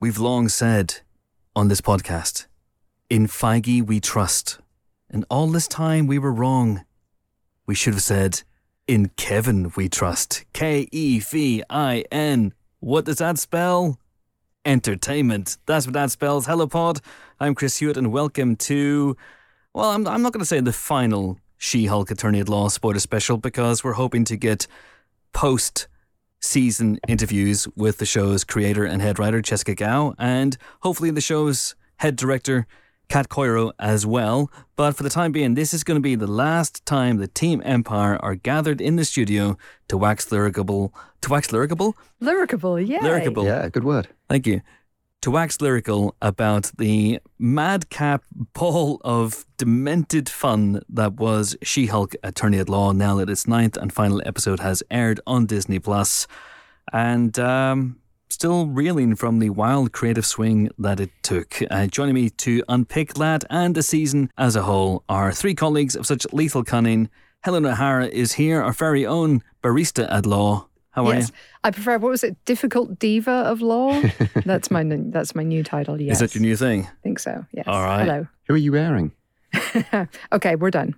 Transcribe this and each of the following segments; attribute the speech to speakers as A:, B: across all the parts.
A: We've long said on this podcast, in Feige we trust. And all this time we were wrong. We should have said, in Kevin we trust. K E V I N. What does that spell? Entertainment. That's what that spells. Hello, Pod. I'm Chris Hewitt, and welcome to. Well, I'm, I'm not going to say the final She Hulk Attorney at Law spoiler special because we're hoping to get post season interviews with the show's creator and head writer, Jessica Gao, and hopefully the show's head director, Kat Coiro, as well. But for the time being, this is going to be the last time the Team Empire are gathered in the studio to wax lyricable. To wax lyricable?
B: Lyricable, yeah.
A: Lyricable.
C: Yeah, good word.
A: Thank you. To wax lyrical about the madcap ball of demented fun that was She Hulk Attorney at Law, now that its ninth and final episode has aired on Disney Plus, and um, still reeling from the wild creative swing that it took. Uh, joining me to unpick that and the season as a whole are three colleagues of such lethal cunning. Helen O'Hara is here, our very own barista at law. How are
B: yes.
A: you?
B: I prefer what was it? Difficult diva of law. that's my n- that's my new title. Yes,
A: Is that your new thing?
B: I think so. Yes.
A: All right.
B: Hello.
C: Who are you airing?
B: Okay, we're done.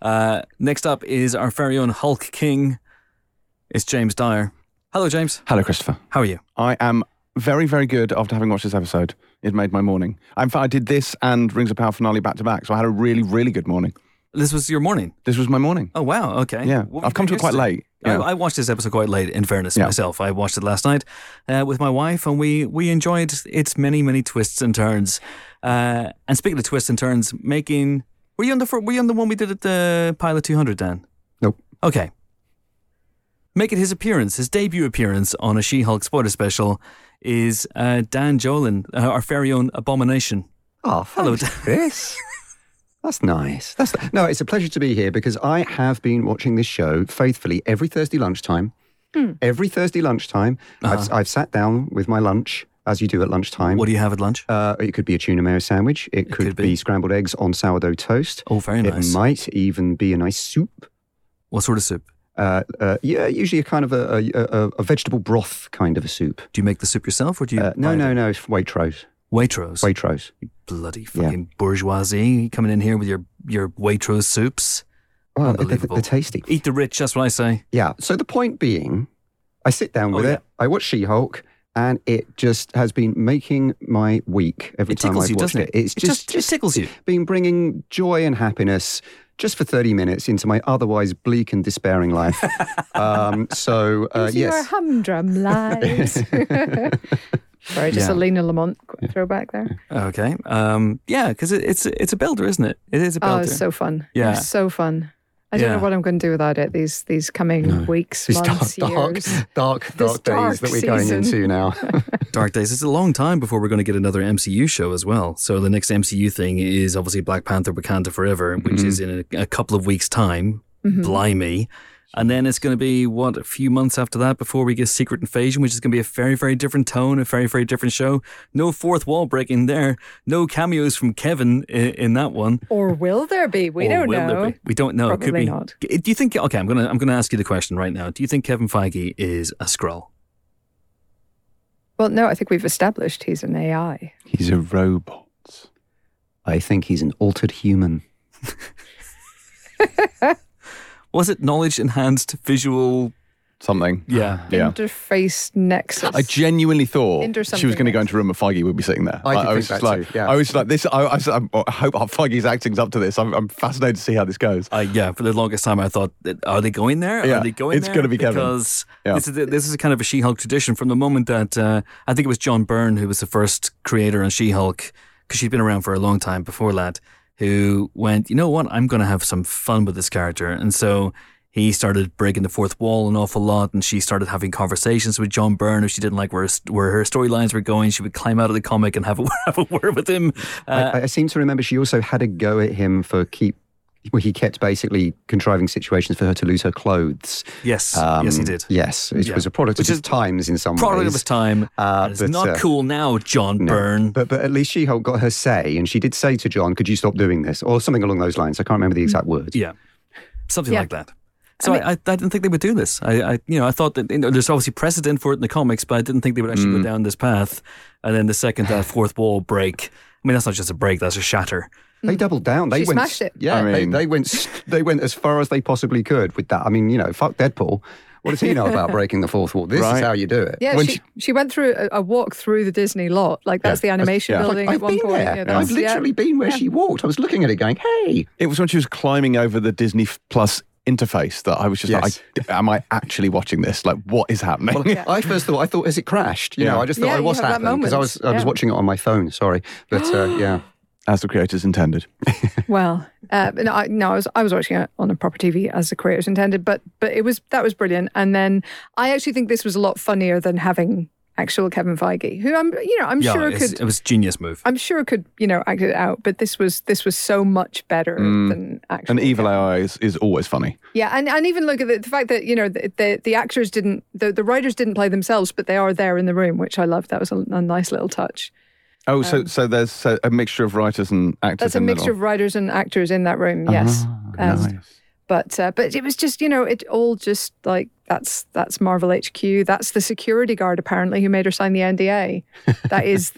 A: Uh, next up is our very own Hulk King. It's James Dyer. Hello, James.
D: Hello, Christopher.
A: How are you?
D: I am very, very good after having watched this episode. It made my morning. In fact, I did this and Rings of Power finale back to back, so I had a really, really good morning.
A: This was your morning.
D: This was my morning.
A: Oh wow. Okay.
D: Yeah,
A: What were
D: I've come
A: you
D: to it quite
A: doing
D: late.
A: yesterday?
D: Yeah.
A: I, I watched this episode quite late. In fairness,
D: Yeah.
A: myself, I watched it last night uh, with my wife, and we we enjoyed its many many twists and turns. Uh, and speaking of twists and turns, making were you on the fir- were you on the one we did at the Pilot Two Hundred, Dan?
C: Nope.
A: Okay. Making his appearance, his debut appearance on a She-Hulk spoiler special, is uh, Dan Jolin, uh, our very own Abomination.
C: Oh,
A: Hello,
C: hello, Chris. That's nice. That's no. It's a pleasure to be here because I have been watching this show faithfully every Thursday lunchtime.
A: Hmm.
C: Every Thursday lunchtime, I've, I've sat down with my lunch, as you do at lunchtime.
A: Uh-huh. What do you have at lunch?
C: Uh, it could be a tuna mayo sandwich. It, could,
A: could
C: be.
A: be.
C: scrambled eggs on sourdough toast.
A: Oh, very nice.
C: It might even be a nice soup.
A: what sort of soup?
C: Uh, uh, yeah, usually a kind of a, a, a, a vegetable broth kind of a soup.
A: Do you make the soup yourself, or do you?
C: Uh, no,
A: buy
C: no,
A: it?
C: no. it's Waitrose.
A: Waitrose.
C: Waitrose.
A: bloody
C: Yeah.
A: fucking bourgeoisie coming in here with your your Waitrose soups.
C: Well, they're, they're,
A: Unbelievable.
C: they're tasty.
A: Eat the rich, that's what I say.
C: Yeah. So the point being, I sit down
A: Oh,
C: with
A: yeah.
C: it. I watch She Hulk, and it just has been making my week every
A: It
C: time
A: tickles
C: I've
A: you,
C: watched
A: doesn't
C: it.
A: it?
C: It's
A: It
C: just,
A: just- it tickles you.
C: Been bringing joy and happiness just for thirty minutes into my otherwise bleak and despairing life. um, so uh,
B: Into Your
C: yes,
B: humdrum lives. Sorry, just
C: Yeah.
B: a Lena Lamont qu- throwback there.
A: Okay. Um, yeah, because it, it's it's a belter, isn't it? It is a
B: Oh,
A: belter.
B: it's so fun.
A: Yeah.
B: It's so fun. I don't
A: Yeah.
B: know what I'm going to do without it these these coming weeks,
C: these dark,
B: months,
C: dark,
B: years.
C: dark, dark
B: dark
C: days that we're going
B: season.
C: into now.
A: Dark Days. It's a long time before we're going to get another MCU show as well. So the next MCU thing is obviously Black Panther: Wakanda Forever, which is in a, a couple of weeks' time.
B: Mm-hmm.
A: Blimey. And then it's going to be, what, a few months after that before we get Secret Invasion, which is going to be a very, very different tone, a very, very different show. No fourth wall breaking there. No cameos from Kevin in, in that one.
B: Or will there be? We
A: Or
B: don't
A: will there
B: know.
A: be? We don't know. it could
B: Probably
A: be.
B: not.
A: Do you think? Okay, I'm gonna I'm gonna ask you the question right now. Do you think Kevin Feige is a scroll?
B: Well, no, I think we've established he's an AI.
D: He's a robot.
C: I think he's an altered human.
A: Was it knowledge enhanced visual?
D: Something.
A: Yeah.
D: Yeah.
B: Interface Nexus.
D: I genuinely thought
B: Into
D: she was
B: something
D: going to go
B: else.
D: into a room and Feige would be sitting there.
C: I did think
D: was just
C: that
D: like,
C: too, yeah.
D: I was like, this. I, I, said, I hope Feige's acting's up to this. I'm, I'm fascinated to see how this goes.
A: Uh, yeah, for the longest time, I thought, are they going there?
D: Yeah,
A: are they going
D: it's
A: there?
D: gonna be Kevin.
A: Because
D: Yeah.
A: this, is, this is kind of a She Hulk tradition from the moment that uh, I think it was John Byrne who was the first creator on She Hulk, because she'd been around for a long time before that. who went, you know what, I'm going to have some fun with this character. And so he started breaking the fourth wall an awful lot, and she started having conversations with John Byrne if she didn't like where, where her storylines were going. She would climb out of the comic and have a, have a word with him. Uh,
C: I, I seem to remember she also had a go at him for keep. Well, he kept basically contriving situations for her to lose her clothes.
A: yes,
C: Um,
A: yes, he did.
C: Yes, it
A: Yeah.
C: was a product
A: Which
C: of
A: is
C: his times in some
A: Product of
C: ways.
A: his time.
C: Uh,
A: and it's
C: but,
A: not
C: uh,
A: cool now, John
C: no.
A: Byrne.
C: But but at least She Hulk got her say, and she did say to John, "Could you stop doing this?" or something along those lines. I can't remember the exact words.
A: Yeah, something
B: Yeah.
A: like that. So I, I, I didn't think they would do this. I, I you know, I thought that you know, there's obviously precedent for it in the comics, but I didn't think they would
C: Mm.
A: actually go down this path. And then the second that fourth wall break. I mean, that's not just a break; that's a shatter.
C: They doubled down. They
B: She
C: went,
B: smashed it.
C: Yeah,
D: I
C: they,
D: mean-
C: they went. s- They went as far as they possibly could with that. I mean, you know, fuck Deadpool. What does he know about breaking the fourth wall? This is
D: Right.
C: how you do it.
B: Yeah,
D: When
B: she,
D: she-
B: she, went through a, a walk through the Disney lot. Like that's the animation
D: yeah.
B: building
C: I've
B: at one
C: been
B: point.
C: there.
B: Yeah,
C: I've
B: that's- yeah.
C: literally been where she walked. I was looking at it, going, "Hey,
D: It was when she was climbing over the Disney F- Plus interface that I was just
C: Yes.
D: like, I, am I actually watching this? Like, what is happening?
C: I first thought I thought as it crashed. You
D: Yeah.
C: know, I just thought "Oh,
B: Yeah,
C: I
B: you
C: was
B: have that
C: happening because I
B: moment.
C: was I was
B: Yeah.
C: watching it on my phone. Sorry, but uh, yeah,
D: As the creators intended.
B: Well, uh, no, I, no, I was I was watching it on a proper TV as the creators intended, but but it was that was brilliant. And then I actually think this was a lot funnier than having actual Kevin Feige, who I'm you know I'm
A: yeah,
B: sure
A: it's-
B: could
A: it was a genius move.
B: I'm sure could you know act it out. But this was this was so much better than actual
D: An evil
B: Kevin.
D: AI is, is always funny.
B: Yeah, and, and even look at the, the fact that you know the, the the actors didn't the, the writers didn't play themselves, but they are there in the room, which I love. That was a, a nice little touch.
D: Oh, so so there's uh, a mixture of writers and actors.
B: Um, That's a
D: in the
B: mixture
D: middle.
B: of writers and actors in that room. Yes,
D: Ah,
B: Um,
D: nice.
B: but uh, but it was just you know it all just like that's that's Marvel HQ. That's the security guard apparently who made her sign the NDA. that is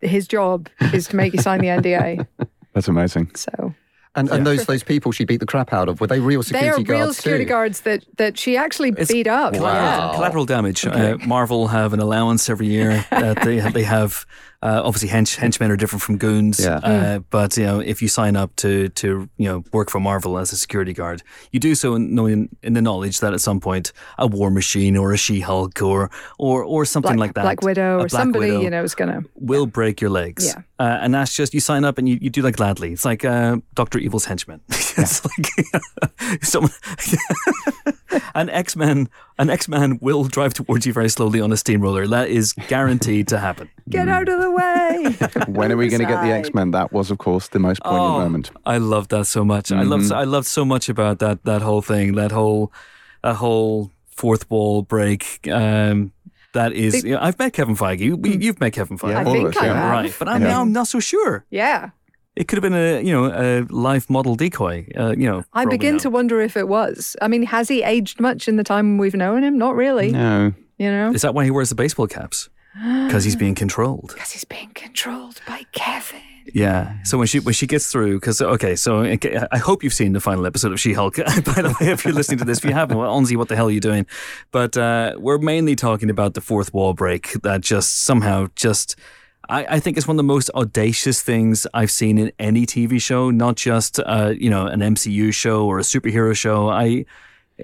B: his job is to make you sign the NDA.
D: That's amazing.
B: So
C: and and those those people she beat the crap out of were they real
B: they
C: security
B: are
C: guards?
B: real security
C: too?
B: guards that that she actually
A: It's
B: beat up.
A: Collateral,
C: Wow.
A: collateral damage. Uh, Marvel have an allowance every year that they they have. Uh, obviously, hench, henchmen are different from goons.
C: Yeah.
A: Uh, but you know, if you sign up to to you know work for Marvel as a security guard, you do so in, knowing in the knowledge that at some point a War Machine or a She Hulk or or or something
B: Black,
A: like that,
B: Black Widow
A: a
B: or
A: Black
B: somebody
A: Widow
B: you know is gonna.
A: will break your legs.
B: Yeah.
A: Uh, and that's just you sign up and you, you do that gladly. It's like uh, Doctor Evil's henchman. it's like someone an X Men an X Man will drive towards you very slowly on a steamroller. That is guaranteed to happen.
B: Get out of the way.
D: When are we going to get the
B: Side.
D: X Men? That was, of course, the most
B: Oh.
D: poignant moment. Mm-hmm.
A: I loved that so much. I loved I loved so much about that that whole thing. That whole that whole fourth wall break. Um, that is, you know, I've met Kevin Feige. You, you've met Kevin Feige,
D: Yeah,
B: Hmm. I
D: all of
B: think
D: us,
B: I
D: yeah.
B: have.
A: right? But I'm, now I'm not so sure.
B: Yeah.
A: It could have been a you know a live model decoy. Uh, you know,
B: I
A: for all we
B: begin
A: know.
B: to wonder if it was. I mean, has he aged much in the time we've known him? Not really.
D: No.
B: You know?
A: Is that why he wears the baseball caps? Because he's being controlled.
B: Because he's being controlled by Kevin.
A: Yeah. So when she when she gets through, because okay, so okay, I hope you've seen the final episode of She Hulk. By the way, if you're listening to this, if you haven't, well, Onzi, what the hell are you doing? But uh, we're mainly talking about the fourth wall break that just somehow just. I, I think it's one of the most audacious things I've seen in any TV show, not just uh, you know an MCU show or a superhero show. I,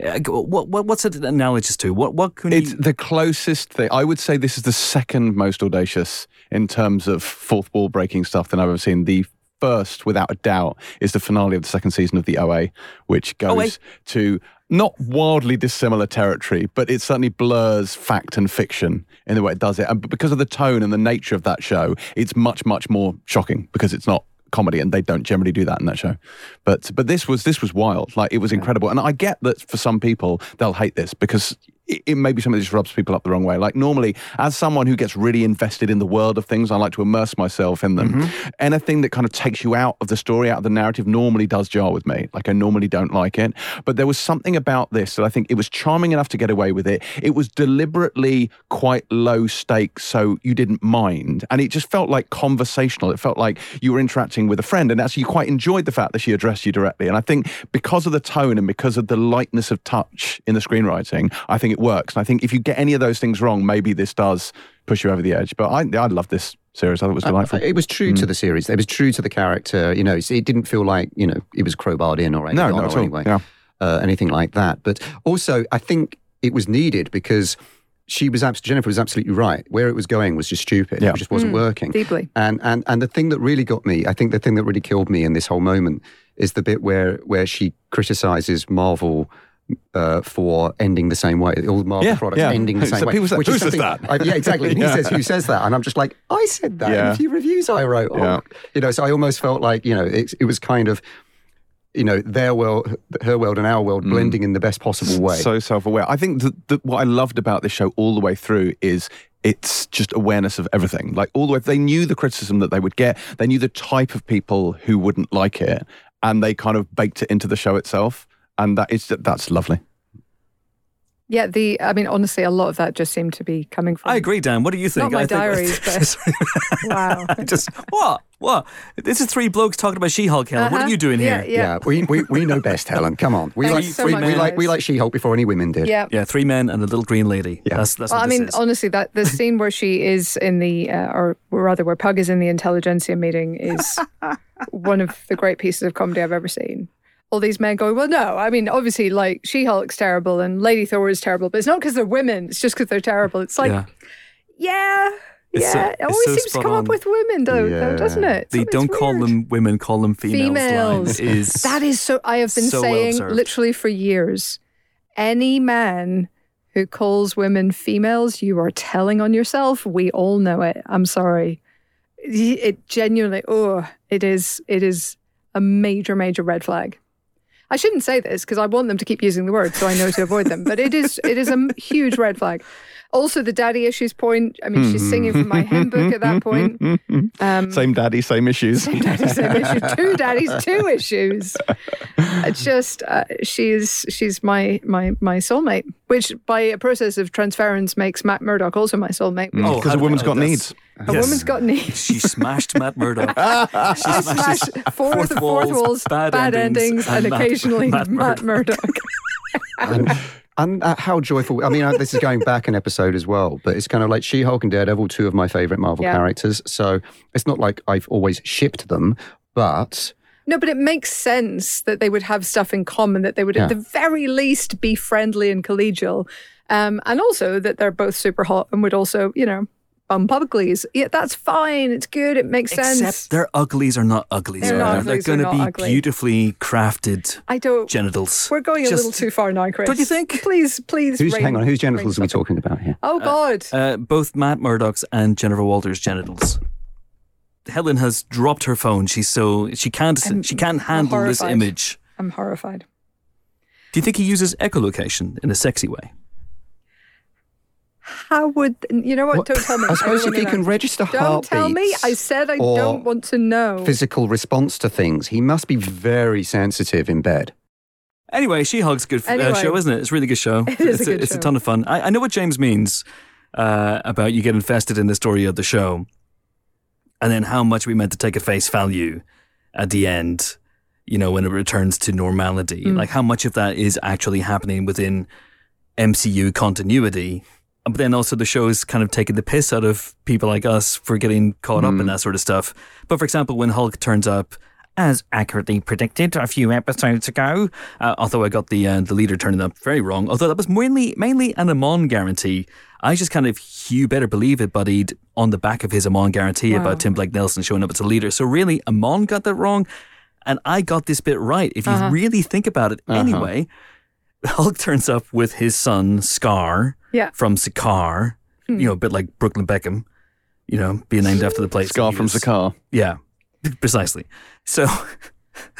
A: I what, what what's it analogous to? What what can
D: It's
A: you?
D: the closest thing. I would say this is the second most audacious in terms of fourth wall breaking stuff that I've ever seen. The first, without a doubt, is the finale of the second season of the OA, which goes
A: OA.
D: to not wildly dissimilar territory, but it certainly blurs fact and fiction in the way it does it. And b- because of the tone and the nature of that show, it's much, much more shocking because it's not comedy and they don't generally do that in that show but but this was this was wild like it was incredible and i get that for some people they'll hate this because it, it may be something that just rubs people up the wrong way like normally as someone who gets really invested in the world of things i like to immerse myself in them anything that kind of takes you out of the story out of the narrative normally does jar with me like i normally don't like it but there was something about this that i think it was charming enough to get away with it it was deliberately quite low stakes so you didn't mind and it just felt like conversational it felt like you were interacting with a friend and actually you quite enjoyed the fact that she addressed you directly and i think because of the tone and because of the lightness of touch in the screenwriting i think it works and i think if you get any of those things wrong maybe this does push you over the edge but i i love this series i thought it was delightful Mm.
C: Uh, It was true to the series. It was true to the character. You know, it's- it didn't feel like you know it was crowbarred in or anything.
D: no
C: or
D: not at all
C: anyway,
D: yeah
C: uh, anything like that. But also, I think it was needed because she was abs- Jennifer was absolutely right. Where it was going was just stupid.
D: Yeah.
C: It just
B: Mm.
C: wasn't working.
B: deeply.
C: And and and the thing that really got me, I think the thing that really killed me in this whole moment is the bit where where she criticizes Marvel. Uh, for ending the same way, all Marvel
D: Yeah,
C: products
D: yeah.
C: ending the
D: So
C: same way.
D: people said,
C: is
D: "Who says
C: something-
D: that?"
C: I- yeah, exactly. And
D: Yeah.
C: He says, "Who says that?" And I'm just like, "I said that in
D: Yeah.
C: a few reviews I wrote." Oh.
D: Yeah.
C: You know, so I almost felt like you know, it, it was kind of, you know, their world, her world, and our world blending in the best possible way.
D: Mm. So self-aware. I think that that what I loved about this show all the way through is it's just awareness of everything. Like all the way, they knew the criticism that they would get. They knew the type of people who wouldn't like it, and they kind of baked it into the show itself. And that is that's lovely.
B: Yeah, the I mean, honestly, a lot of that just seemed to be coming from.
A: I agree, Dan. What do you think?
B: my
A: I think-
B: diaries, Wow.
A: I just what? What? This is three blokes talking about She-Hulk. Helen, what
B: Uh-huh.
A: are you doing
B: yeah,
A: here?
B: Yeah.
C: Yeah, we, we, we know best, Helen. Come on, we
B: Thank
C: like
B: you so
C: we,
B: much,
C: we like we
B: guys.
C: like She-Hulk before any women did.
B: Yeah.
A: Yeah, three men and a little green lady.
C: Yeah.
A: That's that's
B: Well,
A: what
B: I
A: this
B: mean,
A: is.
B: honestly, that the scene where she is in the, uh, or rather, where Pug is in the intelligentsia meeting is one of the great pieces of comedy I've ever seen. All these men going, well, no, I mean, obviously, like She Hulk's terrible and Lady Thor is terrible, but it's not because they're women; it's just because they're terrible. It's like,
A: yeah.
B: yeah,
A: It's
B: yeah,
A: so-
B: it
A: it's
B: always
A: so
B: seems to
A: spot
B: come
A: on.
B: up with women, though, though doesn't
C: Yeah.
B: it?
A: The
B: Something's
A: don't call
B: weird.
A: them women, call them females.
B: Females.
A: Line is
B: That is so. I have been
A: So well
B: saying
A: observed.
B: literally for years any man who calls women females, you are telling on yourself. We all know it. I'm sorry. It genuinely, oh, it is, it is a major, major red flag. I shouldn't say this because I want them to keep using the word, so I know to avoid them. But it is, it is a m- huge red flag. Also, the daddy issues point. I mean,
A: Hmm.
B: she's singing from my hymn book at that point. Um,
D: Same daddy, same issues.
B: daddy same issue. Two daddies, two issues. Uh, Just uh, she's she's my my my soulmate, which by a process of transference makes Matt Murdock also my soulmate.
D: Mm,
A: Oh,
D: 'cause a
A: how-
D: woman's
A: oh,
D: got
A: that's-
D: needs.
B: a
A: yes.
B: woman's got needs.
A: She smashed Matt Murdock. she
B: Smash
A: smashed
B: four of
A: fourth
B: the fourth
A: walls,
B: walls,
A: bad
B: bad,
A: endings,
B: endings, and,
A: and Matt-
B: occasionally
A: Matt
B: Matt, Murdock.
C: And, and uh, how joyful! I mean, uh, this is going back an episode as well, but it's kind of like She-Hulk and Daredevil, two of my favorite Marvel
B: Yeah.
C: characters. So it's not like I've always shipped them, but
B: no, but it makes sense that they would have stuff in common, that they would
C: Yeah.
B: at the very least be friendly and collegial, um, and also that they're both super hot and would also, you know. Bum publiclies. Yeah, that's fine. It's good. It makes sense.
A: Except their uglies are not uglies.
B: They're
C: not
B: uglies,
A: going to
B: they're
A: be
B: not ugly.
A: beautifully crafted
B: I don't.
A: genitals.
B: We're going a
A: Just-
B: little too far now, Chris.
A: Don't you think?
B: Please, please.
C: who's
B: rein-
C: hang on? Whose
B: rein
C: genitals are we
B: something.
C: talking about here?
B: Oh God!
A: Uh, both Matt Murdock's and Jennifer Walters' genitals. Helen has dropped her phone. She's so she can't
B: I'm
A: she can't handle this
B: horrified.
A: image.
B: I'm horrified.
A: Do you think he uses echolocation in a sexy way?
B: How would you know what?
C: What-
B: Don't tell me.
C: I suppose
B: don't
C: if you
B: wanna
C: can
B: know.
C: register
B: Don't tell me.
C: heartbeats
B: I said I
C: or
B: don't want to know.
C: physical response to things, he must be very sensitive in bed.
A: Anyway, She Hulk's good f- uh,
B: Anyway.
A: show, isn't it? It's a really good show.
B: It is a
A: it's
B: good
A: it's a
B: show.
A: ton of fun. I, I know what James means uh, about you get invested in the story of the show, and then how much we meant to take at face value at the end. You know, when it returns to normality,
B: Mm.
A: like how much of that is actually happening within MCU continuity. But then also the show's kind of taking the piss out of people like us for getting caught up
B: Mm.
A: in that sort of stuff. But for example, when Hulk turns up, as accurately predicted a few episodes ago, uh, although I got the uh, the leader turning up very wrong, although that was mainly mainly an Amon guarantee. I just kind of you better believe it, buddied on the back of his Amon guarantee
B: Wow.
A: about Tim Blake Nelson showing up as a leader. So really, Amon got that wrong, and I got this bit right. If you
B: Uh-huh.
A: really think about it,
C: Uh-huh.
A: anyway. Hulk turns up with his son Scar
B: Yeah.
A: from Sakaar,
B: Hmm.
A: you know, a bit like Brooklyn Beckham, you know, being named after the place.
D: Scar
A: he
D: from
A: was-
D: Zakar.
A: Yeah, precisely. So,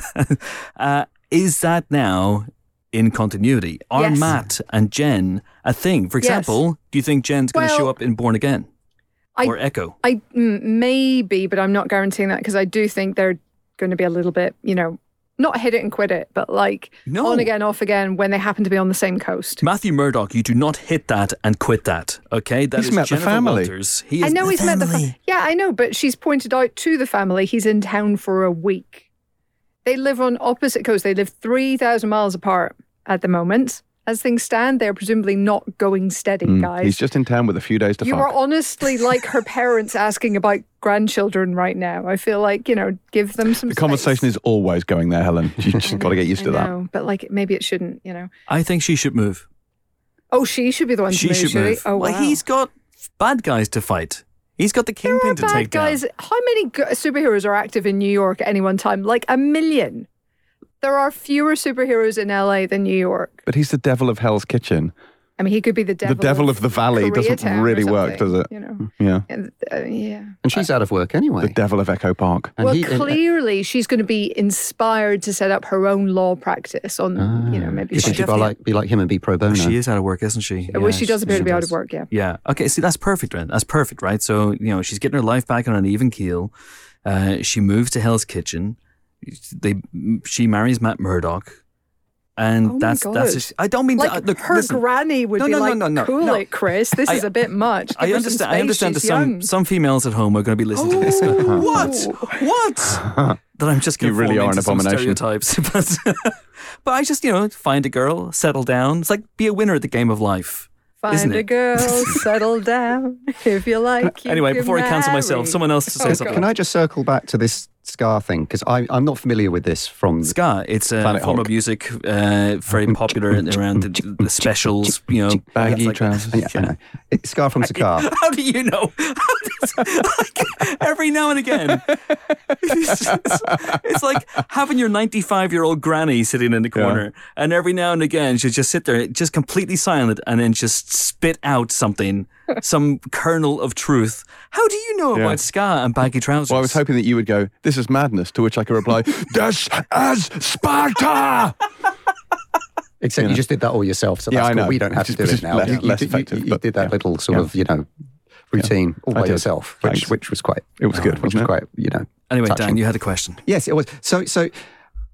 A: uh, is that now in continuity? Are
B: Yes.
A: Matt and Jen a thing? For
B: Yes.
A: example, do you think Jen's going to show
B: Well,
A: up in Born Again
B: I-
A: or Echo?
B: I mm, maybe, but I'm not guaranteeing that because I do think they're going to be a little bit, you know, not hit it and quit it, but like
A: No.
B: on again, off again when they happen to be on the same coast.
A: Matthew Murdoch, you do not hit that and quit that. Okay, that is
D: He's met the
A: Jennifer
D: family.
A: Walters. He
B: I
A: is
B: know he's met the
A: family.
B: family. Yeah, I know, but she's pointed out to the family he's in town for a week. They live on opposite coasts. They live 3,000 miles apart at the moment. As things stand, they're presumably not going steady,
D: Mm.
B: guys.
D: He's just in town with a few days to
B: you
D: fuck.
B: are honestly like her parents asking about grandchildren right now. I feel like, you know, give them some
D: the conversation
B: space.
D: is always going there, Helen. You just got to get used
B: I
D: to that.
B: know, But like maybe it shouldn't, you know.
A: I think she should move.
B: Oh, she should be the one to
A: She
B: move.
A: should
B: should
A: move.
B: He? Oh,
A: Well,
B: wow.
A: he's got bad guys to fight. He's got the
B: There
A: kingpin
B: are
A: to
B: bad
A: take
B: guys.
A: down.
B: How many g- superheroes are active in New York at any one time? Like a million. There are fewer superheroes in LA than New York.
D: But he's the devil of Hell's Kitchen.
B: I mean, he could be the devil.
D: the devil of the valley doesn't
B: Koreatown or
D: really work, does
B: something,
D: it?
B: You know.
D: Yeah.
B: And, uh, yeah.
C: And she's out of work anyway.
D: The devil of Echo Park.
C: and
B: well,
C: he- and- uh,
B: clearly she's going to be inspired to set up her own law practice on, you know,
C: Ah.
B: maybe
C: Because
B: she,
C: she should be
A: definitely-
C: like, be like him and be pro bono.
A: She is out of work, isn't she?
B: well,
A: Yeah,
B: she does appear to be out of
A: does.
B: work, yeah.
A: Yeah. Okay. See, that's perfect, then. That's perfect, right? So you know, she's getting her life back on an even keel. Uh, she moves to Hell's Kitchen. They, she marries Matt Murdock, and
B: Oh my
A: that's that's.
B: God.
A: just- I don't mean
B: Like
A: to, uh, look.
B: her
A: listen,
B: granny would
A: No,
B: be
A: no, no,
B: like,
A: no, no,
B: "Cool
A: no.
B: it, Chris. This
A: I-
B: is a bit much." Give
A: I
B: her some
A: understand. I
B: space,
A: understand that
B: she's
A: some
B: young.
A: some females at home are going to be listening to this. going,
B: Oh.
A: what? What? that I'm just
D: You
A: conforming
D: really are
A: to
D: an
A: some
D: abomination.
A: stereotypes. but, but I just you know find a girl, settle down. It's like be a winner at the game of life. isn't
B: Find
A: it?
B: a girl, settle down if you like. You
A: anyway,
B: can
A: before I cancel myself,
B: marry.
A: someone else to say
B: Oh,
A: something.
B: God.
C: Can I just circle back to this scar thing? Because I'm not familiar with this from.
A: Ska, it's a
D: Planet
A: form
D: Hulk.
A: of music uh, very popular in- around the, the specials, you know. it's
D: Baggy
A: like-
D: trousers.
C: Yeah, I know. It's scar from Scar.
A: How do you know? How does- like, every now and again. It's, just- it's like having your 95 year old granny sitting in the corner, and every now and again she'll just sit there, just completely silent, and then just spit out something, some kernel of truth. How do you know
D: Yeah.
A: about Ska and baggy trousers?
D: Well, I was hoping that you would go, this is madness, to which I could reply, this is Sparta!
C: Except you,
D: know.
C: just did that all yourself, so
D: Yeah,
C: that's
D: I
C: cool.
D: know.
C: We don't have
D: Which
C: to do
D: is-
C: it now.
D: which is
C: You-
D: less-
C: you,
D: less
C: did- you-
D: effective,
C: you
D: but
C: did that
D: yeah.
C: little sort
D: Yeah.
C: of, you know, routine all
D: I
C: by
D: did.
C: yourself, which,
D: Thanks.
C: which was quite, uh,
D: It was good,
C: which was
D: wasn't it?
C: quite, you know.
A: anyway, Dan,
C: touching.
A: you had a question.
C: Yes, it was. So, so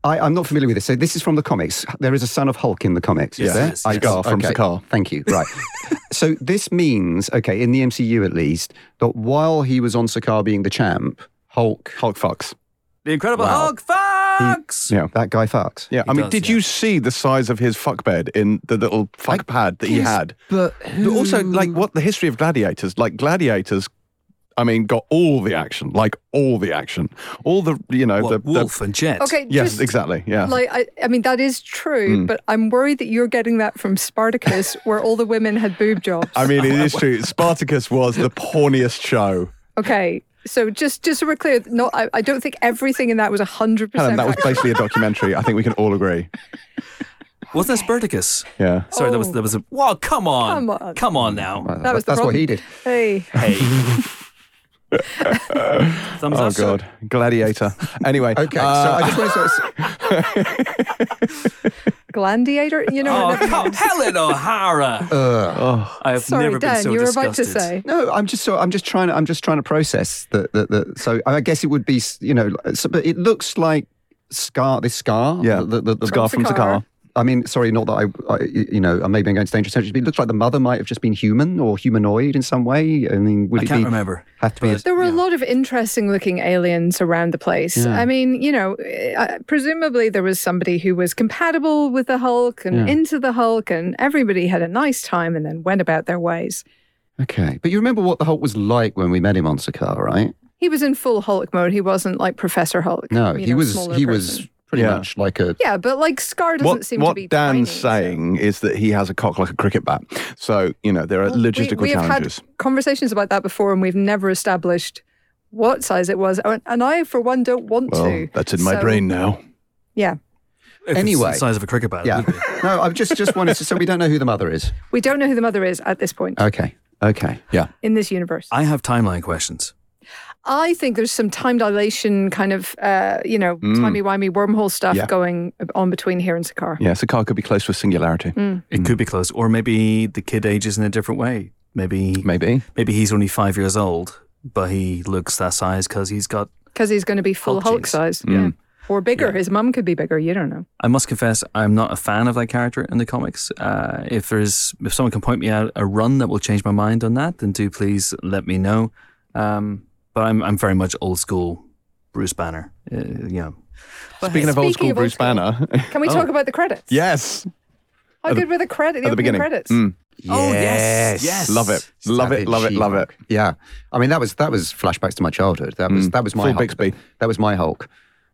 C: I, I'm not familiar with this. So this is from the comics. There is a son of Hulk in the comics,
A: Yes,
C: is there?
A: yes,
C: I-
A: yes.
D: Scar from
C: okay.
D: Scar.
C: Thank you. Right. so this means, okay, in the MCU at least, that while he was on Sakaar being the champ, Hulk,
D: Hulk fucks.
A: The Incredible
C: Wow.
A: Hulk Fox!
D: Yeah.
C: that guy fucks.
D: Yeah, I
A: He
D: mean,
A: does,
D: did
A: yeah.
D: you see the size of his fuck bed in the little fuck pad that he had?
C: But
D: But
C: who...
D: also, like, what the history of gladiators? Like, gladiators, I mean, got all the action, like all the action, all the you know the,
A: What,
D: the-
A: Wolf and Jet.
B: Okay,
D: yes,
B: just,
D: exactly. Mm. Yeah,
B: Like, I, I mean, that is true, but I'm worried that you're getting that from Spartacus, where all the women had boob jobs.
D: I mean, it is true. Spartacus was the porniest show.
B: okay, so just just so we're clear, no, I, I don't think everything in that was hundred percent.
D: Helen, that was basically a documentary. I think we can all agree.
A: Wasn't that Spartacus?
D: Yeah.
A: Sorry, that was
B: Oh.
A: that was a. Whoa, come on,
B: Come on.
A: come on now.
C: That
B: That was the
C: that's what
B: problem.
C: he did.
B: Hey,
A: Hey, thumbs
D: Oh
A: up. sir.
D: God, Gladiator. Anyway,
C: Okay, so
D: uh,
C: I just want to say,
B: gladiator, you know.
A: Oh,
B: never
A: come,
B: mind.
A: Helen O'Hara. I have
B: Sorry,
A: never been
B: Dan,
A: so
B: you were about to
A: disgusted.
B: say.
C: No, I'm just so I'm just trying to I'm just trying to process the the, the so I guess it would be you know so, but it looks like scar this scar
D: Yeah.
C: the, the, the
D: Scar from Scar.
C: I mean sorry not that I, I you know I maybe I'm going to dangerous territory but it looks like the mother might have just been human or humanoid in some way I mean would
A: I
C: it
A: can't
C: be
A: remember.
C: have to be a-
A: but-
B: There were
A: Yeah.
B: a lot of interesting looking aliens around the place.
C: Yeah.
B: I mean, you know, uh, presumably there was somebody who was compatible with the Hulk and
C: Yeah.
B: into the Hulk, and everybody had a nice time and then went about their ways.
C: okay but you remember what the Hulk was like when we met him on Scar right
B: He was in full Hulk mode. He wasn't like Professor Hulk.
C: no
B: you
C: he
B: know,
C: was
B: smaller
C: he
B: person.
C: was pretty
D: Yeah.
C: much like a
B: Yeah, but like Scar doesn't
D: what
B: seem to
D: what
B: be. tiny,
D: Dan's
B: so-
D: saying is that he has a cock like a cricket bat. So you know there are
B: Well,
D: logistical
B: we, we
D: challenges.
B: have had conversations about that before, and we've never established what size it was. And- And I, for one, don't want
D: well,
B: to.
D: that's in my
B: So,
D: brain now.
B: Yeah,
A: If it's
C: Anyway.
A: the size of a cricket bat. it
C: yeah
A: would be.
C: no I just just wanted to so we don't know who the mother is
B: we don't know who the mother is at this point
C: okay okay
D: Yeah.
B: in this universe.
A: I have timeline questions.
B: I think there's some time dilation kind of, uh, you know, timey wimey wormhole stuff
D: Mm. Yeah.
B: going on between here and Sakar.
D: Yeah, so car could be close to a singularity.
A: It could be close, or maybe the kid ages in a different way. Maybe
D: Maybe.
A: maybe he's only five years old, but he looks that size because he's got.
B: Because he's going to be full
A: Hulk
B: Hulk
A: genes.
B: size.
D: Mm.
B: Yeah. Or bigger. His mum could be bigger. You don't know.
A: I must confess, I'm not a fan of that character in the comics. Uh, if there's if someone can point me out a run that will change my mind on that, then do please let me know. Um, but I'm I'm very much old school Bruce Banner. Uh, you know,
D: Speaking of
B: Speaking
D: old
B: of
D: school
B: old
D: Bruce
B: school-
D: Banner. Oh.
B: Can we talk about the credits?
D: yes.
B: How
D: At the-
B: good were the credits? The,
D: at the
B: opening
D: beginning.
B: credits.
D: Mm.
A: Oh, yes, yes.
D: Love it. Love it.
C: Savage
D: Love it. Love it.
C: She-Hulk. Yeah, I mean that was that was flashbacks to my childhood. That was that was my
D: Mm. Full
C: Hulk.
D: Bixby.
C: That was my Hulk.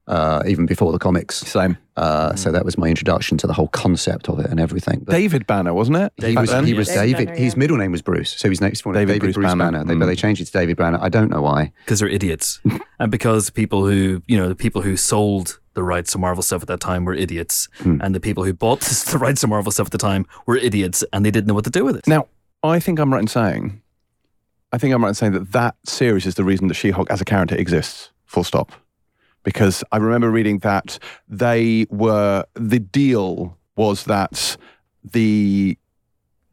C: uh, even before the comics.
D: Same.
C: Uh, So that was my introduction to the whole concept of it and everything. But
D: David Banner, wasn't it?
C: he
D: Back
C: was,
D: then?
C: he was
B: David
C: David.
B: Banner,
C: His
B: yeah.
C: middle name was Bruce, so his next one
D: David
C: David,
D: Bruce
C: David Bruce,
D: Banner. Mm.
C: Banner. They, but they changed it to David Banner. I don't know why.
A: because they're idiots, and because people who you know the people who sold the rights to Marvel stuff at that time were idiots,
D: Hmm.
A: and the people who bought the rights to Marvel stuff at the time were idiots, and they didn't know what to do with it.
D: Now, I think I'm right in saying, I think I'm right in saying that that series is the reason that She-Hulk as a character exists. Full stop. Because I remember reading that they were the deal was that the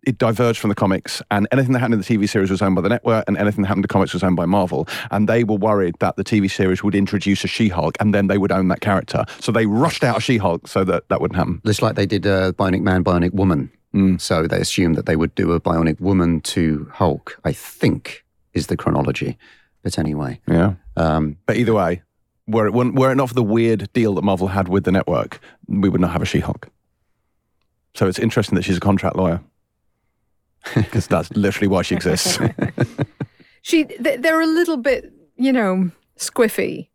D: it diverged from the comics, and anything that happened in the TV series was owned by the network, and anything that happened to comics was owned by Marvel. And they were worried that the TV series would introduce a She-Hulk, and then they would own that character. So they rushed out a She-Hulk so that that wouldn't happen.
C: Just like they did uh, Bionic Man, Bionic Woman.
D: Mm.
C: So they assumed that they would do a Bionic Woman to Hulk. I think is the chronology. But anyway,
D: Yeah.
C: um,
D: But either way, were it, weren't- were it not for the weird deal that Marvel had with the network, we would not have a She Hulk. So it's interesting that she's a contract lawyer. Because that's literally why she exists.
B: She, th- they're a little bit, you know, squiffy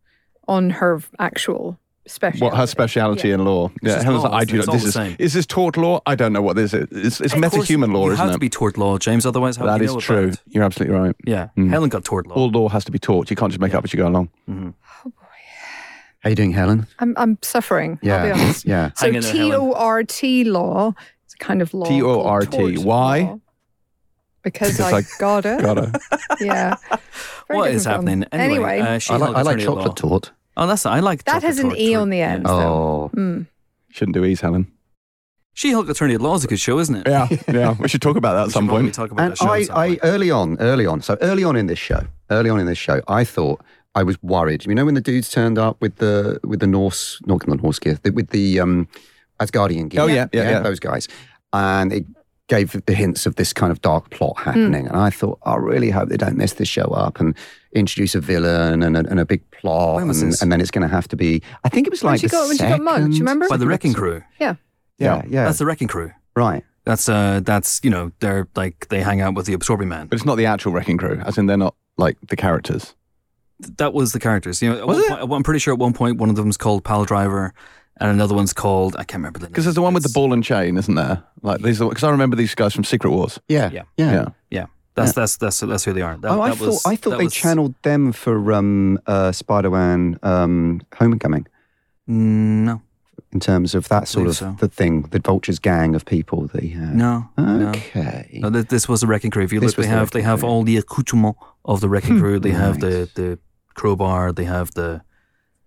B: on her actual special.
D: what her speciality in law? Yeah,
A: just
D: Helen's
A: law,
D: like, I
A: isn't
D: do
A: it? It's
D: not.
A: all
D: This
A: the
D: is
A: same.
D: is this tort law? I don't know what this is. It's, it's
A: Of course,
D: metahuman law,
A: you
D: isn't
A: have
D: it?
A: to be tort law, James. Otherwise, how
D: that
A: do you
D: is
A: know about
D: true. Hmm.
A: it?
D: You're absolutely right.
A: Yeah, Helen got tort law.
D: All law has to be taught. You can't just make it up as you go along.
C: how you doing, Helen?
B: I'm, I'm suffering. I'll be honest.
C: yeah.
B: So
A: Hang in there, Helen.
B: T O R T law is a kind of law. called
D: TORT.
B: tort
D: Why?
B: law. Because,
D: Because
B: I,
D: I
B: got it.
D: Gotta.
B: yeah. Very
A: What is
B: different
A: happening?
B: from-
A: Anyway, uh,
C: I
A: She-Hulk
C: like, I like
A: attorney at law.
C: chocolate tort.
A: Oh, that's I like
B: That
A: chocolate
B: has an
A: tort,
B: E
A: tort.
B: on the end,
A: Yeah.
C: Oh,
B: Mm.
D: Shouldn't do ease, Helen.
A: She-Hulk attorney at law is a good show, isn't it?
D: Yeah, yeah. We should talk about that
A: We
D: at
A: should
D: some
A: probably
D: point.
A: Talk about
C: and
A: that show
C: I,
A: at some
C: I
A: point.
C: early on, early on. So early on in this show, early on in this show, I thought I was worried. You know, when the dudes turned up with the with the Norse, not the Norse gear, with the um, Asgardian gear.
D: Oh, yeah, yeah, yeah.
C: those guys, and it gave the hints of this kind of dark plot happening. And I thought, I really hope they don't mess this show up and introduce a villain and a, and a big plot,
A: When was
C: and,
A: this?
C: and then it's going to have to be. I think it was
B: When
C: like
B: she
C: the
B: got when she got mugged,
C: second-
B: do you remember?
A: By the Wrecking Crew.
C: Yeah, yeah,
A: That's the Wrecking Crew.
C: right.
A: That's uh, that's you know they're like they hang out with the Absorbing Man.
D: But it's not the actual Wrecking Crew, as in they're not like the characters.
A: that was the characters. You know, at one point, I'm pretty sure at one point one of them's called Pal Driver, and another one's called I can't remember the name.
D: Because there's the one with the
A: It's-
D: ball and chain, isn't there? Like these, because I remember these guys from Secret Wars.
A: Yeah.
C: yeah.
D: Yeah,
A: Yeah, that's that's that's that's who they are. That,
C: oh, I
A: that
C: thought
A: was-
C: I thought
A: that
C: they
A: was-
C: channeled them for um, uh, Spider-Man um, Homecoming
A: Mm, No,
C: in terms of that sort
A: Believe
C: of
A: so.
C: the thing, the vultures gang of people they had.
A: no, no.
C: Okay.
A: No, th- this was the Wrecking Crew. If you
C: This
A: look, they
C: was the
A: have they
C: Wrecking
A: have
C: Crew.
A: all the accoutrement of the Wrecking Crew. They have the
C: Nice.
A: the crowbar. They have the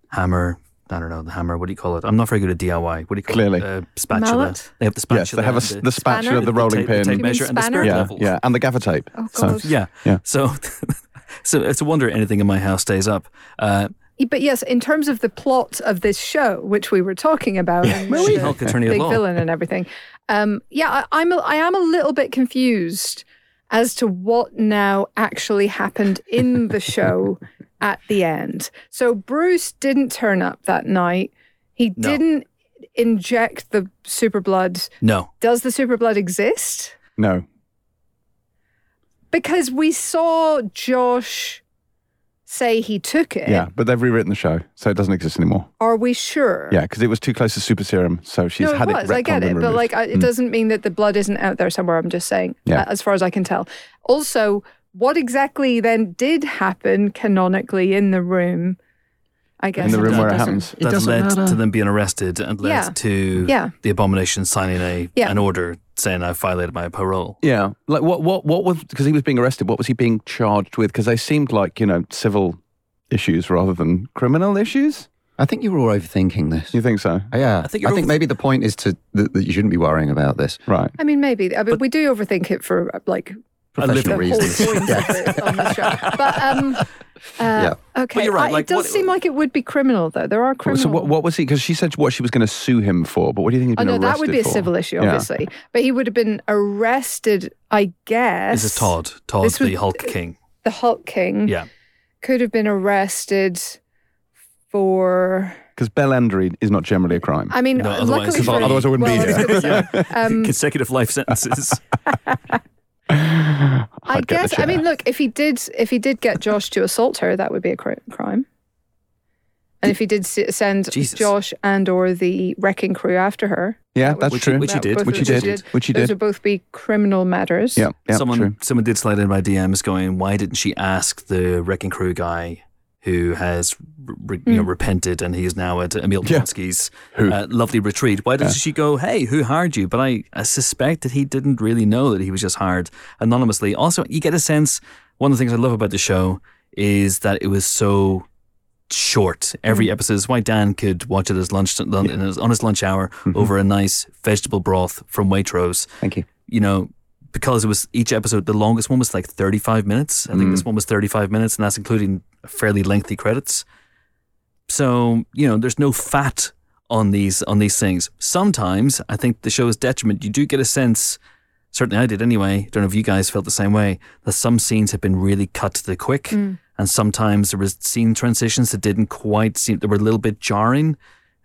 A: hammer. I don't know the hammer. What do you call it? I'm not very good at DIY. What do you call
D: Clearly.
A: it? Uh, spatula.
B: Mallet?
A: They have the spatula.
D: yes, they have a, s-
A: and
D: the spatula,
B: Spanner?
D: the
A: tape-
D: rolling
A: the
D: pin,
A: tape
B: You mean
A: measure, and the
B: spanner?
A: spirit
D: yeah,
A: level.
D: yeah, and the gaffer tape.
B: Oh,
D: So-
B: God.
A: Yeah.
D: Yeah.
A: So, so it's a wonder anything in my house stays up. Uh,
B: But yes, in terms of the plot of this show, which we were talking about, and where we-
A: She-Hulk attorney at
B: Oh, big
A: law.
B: villain and everything. Um, yeah, I, I'm a, I am a little bit confused as to what now actually happened in the show at the end. So Bruce didn't turn up that night. He
A: No.
B: didn't inject the super blood.
A: No,
B: Does the super blood exist?
D: no,
B: Because we saw Josh say he took it.
D: yeah, but they've rewritten the show, so it doesn't exist anymore.
B: Are we sure?
D: Yeah, because it was too close to super serum, so she's
B: no, it
D: had
B: was. I
D: retconned
B: get
D: and
B: it, but
D: removed.
B: like, I, it
D: Mm.
B: doesn't mean that the blood isn't out there somewhere. I'm just saying,
D: Yeah.
B: uh, as far as I can tell. Also, what exactly then did happen canonically in the room? I guess
D: in the
B: it
D: room
B: doesn't-
D: where it
B: doesn't-
D: happens.
A: that
C: doesn't
A: led
C: matter.
A: to them being arrested and led
B: Yeah.
A: to
B: Yeah.
A: the abomination signing a
B: Yeah.
A: an order saying I violated my parole.
D: Yeah, like what, what, what was because he was being arrested? What was he being charged with? Because they seemed like you know civil issues rather than criminal issues.
C: I think you were all overthinking this.
D: You think so?
C: Yeah.
A: I
C: I
A: think
C: think,
A: you're overth-
C: maybe the point is to that, that you shouldn't be worrying about this.
D: Right.
B: I mean, maybe. I mean, we do overthink it for uh, like
A: A little
B: the
C: Professional reasons.
B: whole point
C: Yeah.
B: of it on the show. But um, uh, okay,
A: But you're right,
B: I-
A: like,
B: it does
A: what-
B: seem like it would be criminal though. There are criminal.
D: So what, what was he? Because she said what she was going to sue him for, but what do you think he'd
B: Oh
D: been
B: no,
D: arrested
B: that would be a
D: for?
B: civil issue,
D: Yeah.
B: obviously. But he would have been arrested, I guess.
A: This is Todd, Todd
B: This was-
A: the Hulk King.
B: The Hulk King
A: Yeah,
B: could have been arrested for.
D: Because bellendry is not generally a crime.
B: I mean,
A: No,
B: uh,
A: otherwise-
B: luckily for-
D: Otherwise I wouldn't be
B: well, was
D: here.
B: gonna say, um,
A: consecutive life sentences.
D: I'd
B: I
D: get the
B: guess. I
D: chair.
B: mean, look, if he did, if he did get Josh to assault her, that would be a cri- crime. And if he did s- send
A: Jesus.
B: Josh and or the wrecking crew after her,
D: Yeah,
B: that
D: that's
B: would-
A: he-
D: true.
A: which he
B: that-
A: did.
B: both
D: Which
B: of
D: he
B: those
D: did. Which he
B: Those
D: did.
B: would both be criminal matters.
D: yeah, yeah,
A: someone
D: true.
A: someone did slide in my DMs going, why didn't she ask the wrecking crew guy who has re- you know, repented and he is now at Emil
D: Hmm. Yeah.
A: Blonsky's
D: Who?
A: uh, lovely retreat? Why didn't she go, hey, who hired you? But I, I suspect that he didn't really know that he was just hired anonymously. Also, you get a sense. One of the things I love about the show is that it was so short.
D: Hmm.
A: Every episode is why Dan could watch it as lunch lun- in his- on his lunch hour
D: Mm-hmm.
A: over a nice vegetable broth from Waitrose
C: Thank you.
A: you know, because it was each episode, the longest one was like 35 minutes. I think this one was 35 minutes, and that's including fairly lengthy credits. So, you know, there's no fat on these on these things. Sometimes I think the show's detriment, you do get a sense, certainly I did anyway, don't know if you guys felt the same way, that some scenes have been really cut to the quick. And sometimes there was scene transitions that didn't quite seem that were a little bit jarring.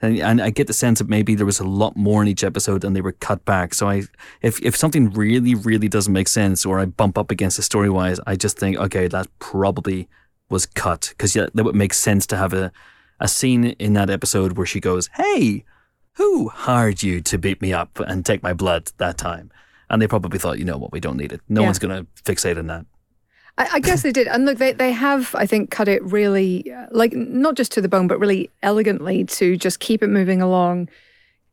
A: And, and I get the sense that maybe there was a lot more in each episode and they were cut back. So I, if if something really really doesn't make sense or I bump up against it story wise, I just think okay that probably was cut because yeah, that would make sense to have a a scene in that episode where she goes, hey, who hired you to beat me up and take my blood that time? And they probably thought, you know what, we don't need it. No
B: Yeah.
A: one's gonna fixate on that.
B: I, I guess they did. And look, they, they have, I think, cut it really, uh, like, not just to the bone, but really elegantly to just keep it moving along,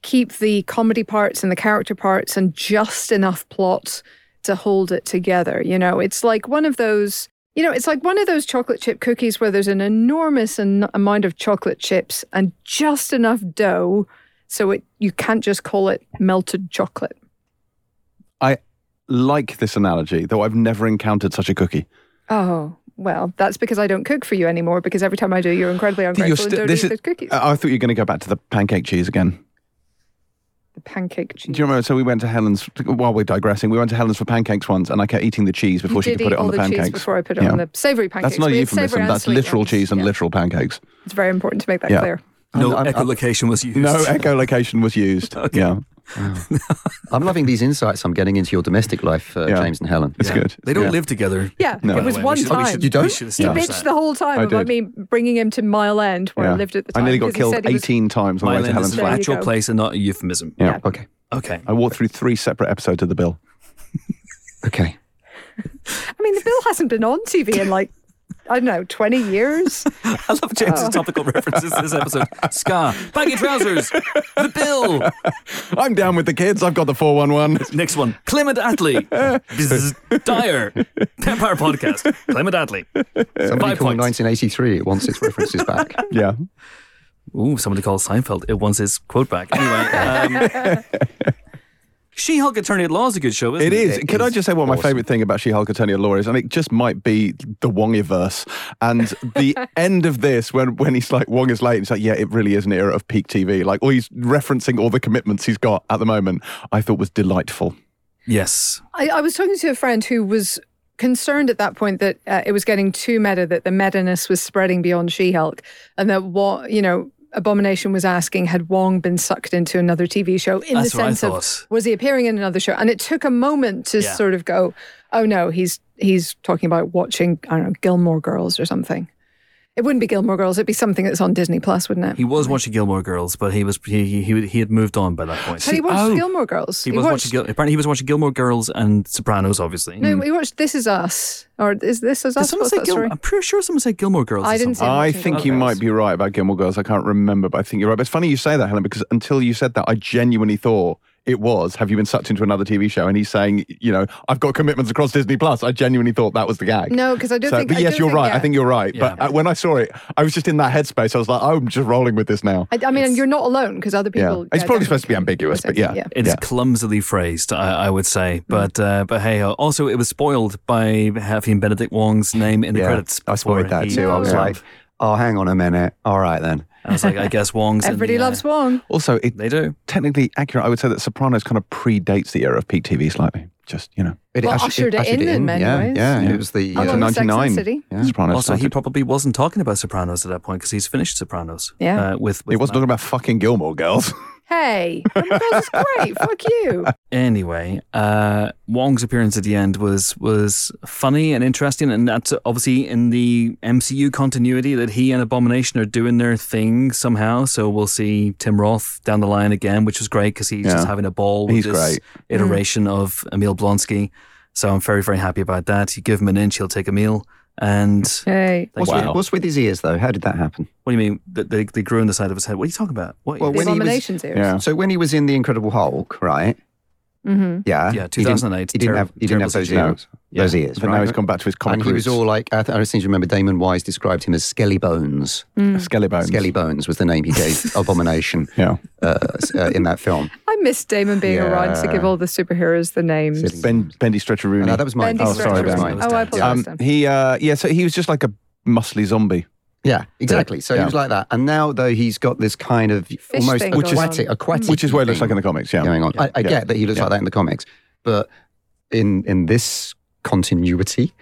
B: keep the comedy parts and the character parts and just enough plot to hold it together. You know, it's like one of those. You know, it's like one of those chocolate chip cookies where there's an enormous an- amount of chocolate chips and just enough dough so it you can't just call it melted chocolate.
D: I like this analogy, though I've never encountered such a cookie.
B: Oh, well, that's because I don't cook for you anymore because every time I do, you're incredibly
D: You're
B: ungrateful
D: sti-
B: and don't
D: this
B: eat
D: is- uh,
B: the cookies.
D: I I thought you were going to go back to the pancake cheese again.
B: the pancake
D: Do
B: cheese.
D: you remember? So we went to Helen's. While we're digressing, we went to Helen's for pancakes once, and I kept eating the cheese before she
B: did
D: could put
B: eat
D: it on
B: all
D: the
B: the, cheese
D: pancakes.
B: before I put it
D: Yeah.
B: on the savory pancakes.
D: That's not a
B: We had savour
D: euphemism.
B: and
D: That's
B: sweet
D: literal
B: ones.
D: cheese and
B: Yeah.
D: literal pancakes.
B: It's very important to make that
D: Yeah.
B: clear.
A: No
D: I'm- I'm-
A: echolocation was used.
D: No echolocation was used. Yeah,
C: I'm loving these insights I'm getting into your domestic life, uh,
D: Yeah.
C: James and Helen.
D: it's
A: Yeah.
D: good.
A: They don't
D: Yeah.
A: live together.
B: Yeah,
D: No.
A: by
B: it
A: the
B: was
A: way. We
B: one
A: should- we
B: time.
A: should-
C: You don't?
A: we should
B: He
A: establish
B: bitched
A: that.
B: the whole time
D: I
B: about
D: did.
B: me bringing him to Mile End where I
D: Yeah.
B: lived at the
D: I
B: time.
D: nearly got
B: because he
D: killed
B: said he was-
D: 18 times on the way to
A: Myland is
D: Helen's
A: an
B: There you
D: flat.
A: actual
B: go.
A: place and not a euphemism.
D: Yeah.
C: Okay.
A: Okay.
D: I walked through three separate episodes of the bill.
C: Okay.
B: I mean, the bill hasn't been on TV in like, I don't know, 20 years.
A: I love James's
B: Oh.
A: topical references this episode. Scar, baggy trousers, the bill.
D: I'm down with the kids. I've got the 411.
A: Next one, Clement Attlee. This is Dyer, Vampire Podcast. Clement Attlee.
C: Somebody
A: Five
C: called
A: points.
C: 1983. It wants its references back.
D: yeah.
A: Ooh, somebody called Seinfeld. It wants his quote back. Anyway, um, She Hulk Attorney at Law is a good show, isn't
D: It
A: it?
D: is.
C: It
D: Can I
C: is
D: just say what my
C: awesome.
D: favourite thing about She-Hulk Attorney at Law is? And it just might be the Wongiverse. And the end of this, when when he's like, Wong is late, it's like, yeah, it really is an era of peak TV. Like, all he's referencing all the commitments he's got at the moment, I thought was delightful.
A: Yes.
B: I, I was talking to a friend who was concerned at that point that uh, it was getting too meta, that the meta-ness was spreading beyond She-Hulk, and that what you know, Abomination was asking, had Wong been sucked into another TV show in
A: That's
B: the
A: what I
B: sense of
A: thought.
B: was he appearing in another show? And it took a moment to
A: Yeah.
B: sort of go, oh no, he's he's talking about watching I don't know Gilmore Girls or something. It wouldn't be Gilmore Girls; it'd be something that's on Disney Plus, wouldn't it?
A: He was watching Gilmore Girls, but he was he, he, he had moved on by that point.
B: Had he watched
D: oh,
B: Gilmore Girls?
A: He was watching Gil- apparently he was watching Gilmore Girls and Sopranos, obviously.
B: No, he watched This Is Us, or is This Is
A: Did
B: Us?
A: someone
B: What's
A: say
B: that
A: Gil-
B: story?
A: I'm pretty sure someone said Gilmore Girls.
B: I
A: or
B: didn't
A: something.
B: say
D: I
B: watching
D: think
B: Gilmore
D: you might
B: Girls.
D: be right about Gilmore Girls. I can't remember, but I think you're right. But it's funny you say that, Helen, because until you said that, I genuinely thought it was Have You Been Sucked Into Another TV Show? And he's saying, you know, I've got commitments across Disney Plus. I genuinely thought that was the gag.
B: No, because I don't
D: So-
B: think.
D: but
B: I
D: yes,
B: don't
D: you're
B: think-
D: right.
B: yeah.
D: I think you're right. But
A: Yeah.
D: uh, when I saw it, I was just in that headspace. I was like, "Oh, I'm just rolling with this now.
B: I, I mean, and you're not alone because other
D: Yeah.
B: people.
D: It's
B: yeah,
D: probably supposed to be
B: definitely.
D: ambiguous, but yeah.
A: It's
D: Yeah.
A: clumsily phrased, I, I would
B: Hmm.
A: say, but uh, but hey, uh, also it was spoiled by having Benedict Wong's name in the credits.
C: I
A: before
C: spotted that
A: he-
C: too. I was
B: No.
C: like, oh, hang on a minute. All right then.
A: I was like, I guess Wong's. in
B: Everybody
A: the, uh,
B: loves Wong.
D: Also, it
A: They do.
D: technically accurate. I would say that Sopranos kind of predates the era of peak TV slightly. Just, you know,
C: It
B: Well, ushered it in in many
C: yeah,
B: ways.
C: Yeah,
D: Yeah.
C: It was the.
B: How
C: Uh,
B: long was Sex and the
D: 99.
B: City?
C: Yeah.
D: Sopranos.
A: Also, he
D: started.
A: probably wasn't talking about Sopranos at that point because he's finished Sopranos.
B: Yeah.
A: uh, with, with
D: It wasn't
A: Matt.
D: talking about fucking Gilmore Girls.
B: Hey, Oh Roman Cars is great. Fuck you.
A: Anyway, uh, Wong's appearance at the end was was funny and interesting, and that's obviously in the MCU continuity that he and Abomination are doing their thing somehow. So we'll see Tim Roth down the line again, which was great because he's just
D: Yeah.
A: having a ball with
D: He's
A: this
D: great.
C: Mm-hmm.
A: iteration of Emil Blonsky. So I'm very very happy about that. You give him an inch, he'll take a meal. And
B: Hey.
A: Thank
C: What's,
A: you.
D: Wow.
C: with, what's with his ears, though? How did that happen?
A: what do you mean? They, they, they grew on the side of his head. What are you talking about? What?
C: Well,
B: The
C: when he was-
B: Abomination's ears.
D: Yeah.
C: So when he was in The Incredible Hulk, right?
B: Mm-hmm.
C: Yeah.
A: yeah,
C: he didn't-
A: 2008.
C: He didn't,
A: terrib-
C: have, he didn't
A: terrible
C: have those
A: situation.
C: ears. Those ears,
D: But
C: right?
D: now he's gone back to his comic
C: and he was all like, I, th- I seem to remember Damon Wise described him as Skelly Bones.
B: Mm.
D: skelly bones.
C: Skelly Bones was the name he gave Abomination
D: Yeah.
C: uh, s- uh, in that film.
B: I miss Damon being around to
C: Yeah.
B: give all the superheroes the names.
C: Sitting-
D: Ben, Bendy Stretcheroony.
C: No, that was mine.
B: Bendy
D: Oh, sorry,
B: Stretcher.
D: that was
A: mine.
B: Oh, I
A: Um,
B: apologize. Dan.
D: um, he, uh, yeah, so he was just like a muscly zombie.
C: Yeah, exactly. So he
D: Yeah.
C: was like that. And now, though, he's got this kind of almost
B: thing Which is-
C: aquatic,
B: going on.
C: aquatic
D: Which is what it looks
C: thing
D: like in the comics, yeah.
C: going on. I, I
D: Yeah.
C: get that he looks
D: Yeah.
C: like that in the comics, but in in this continuity,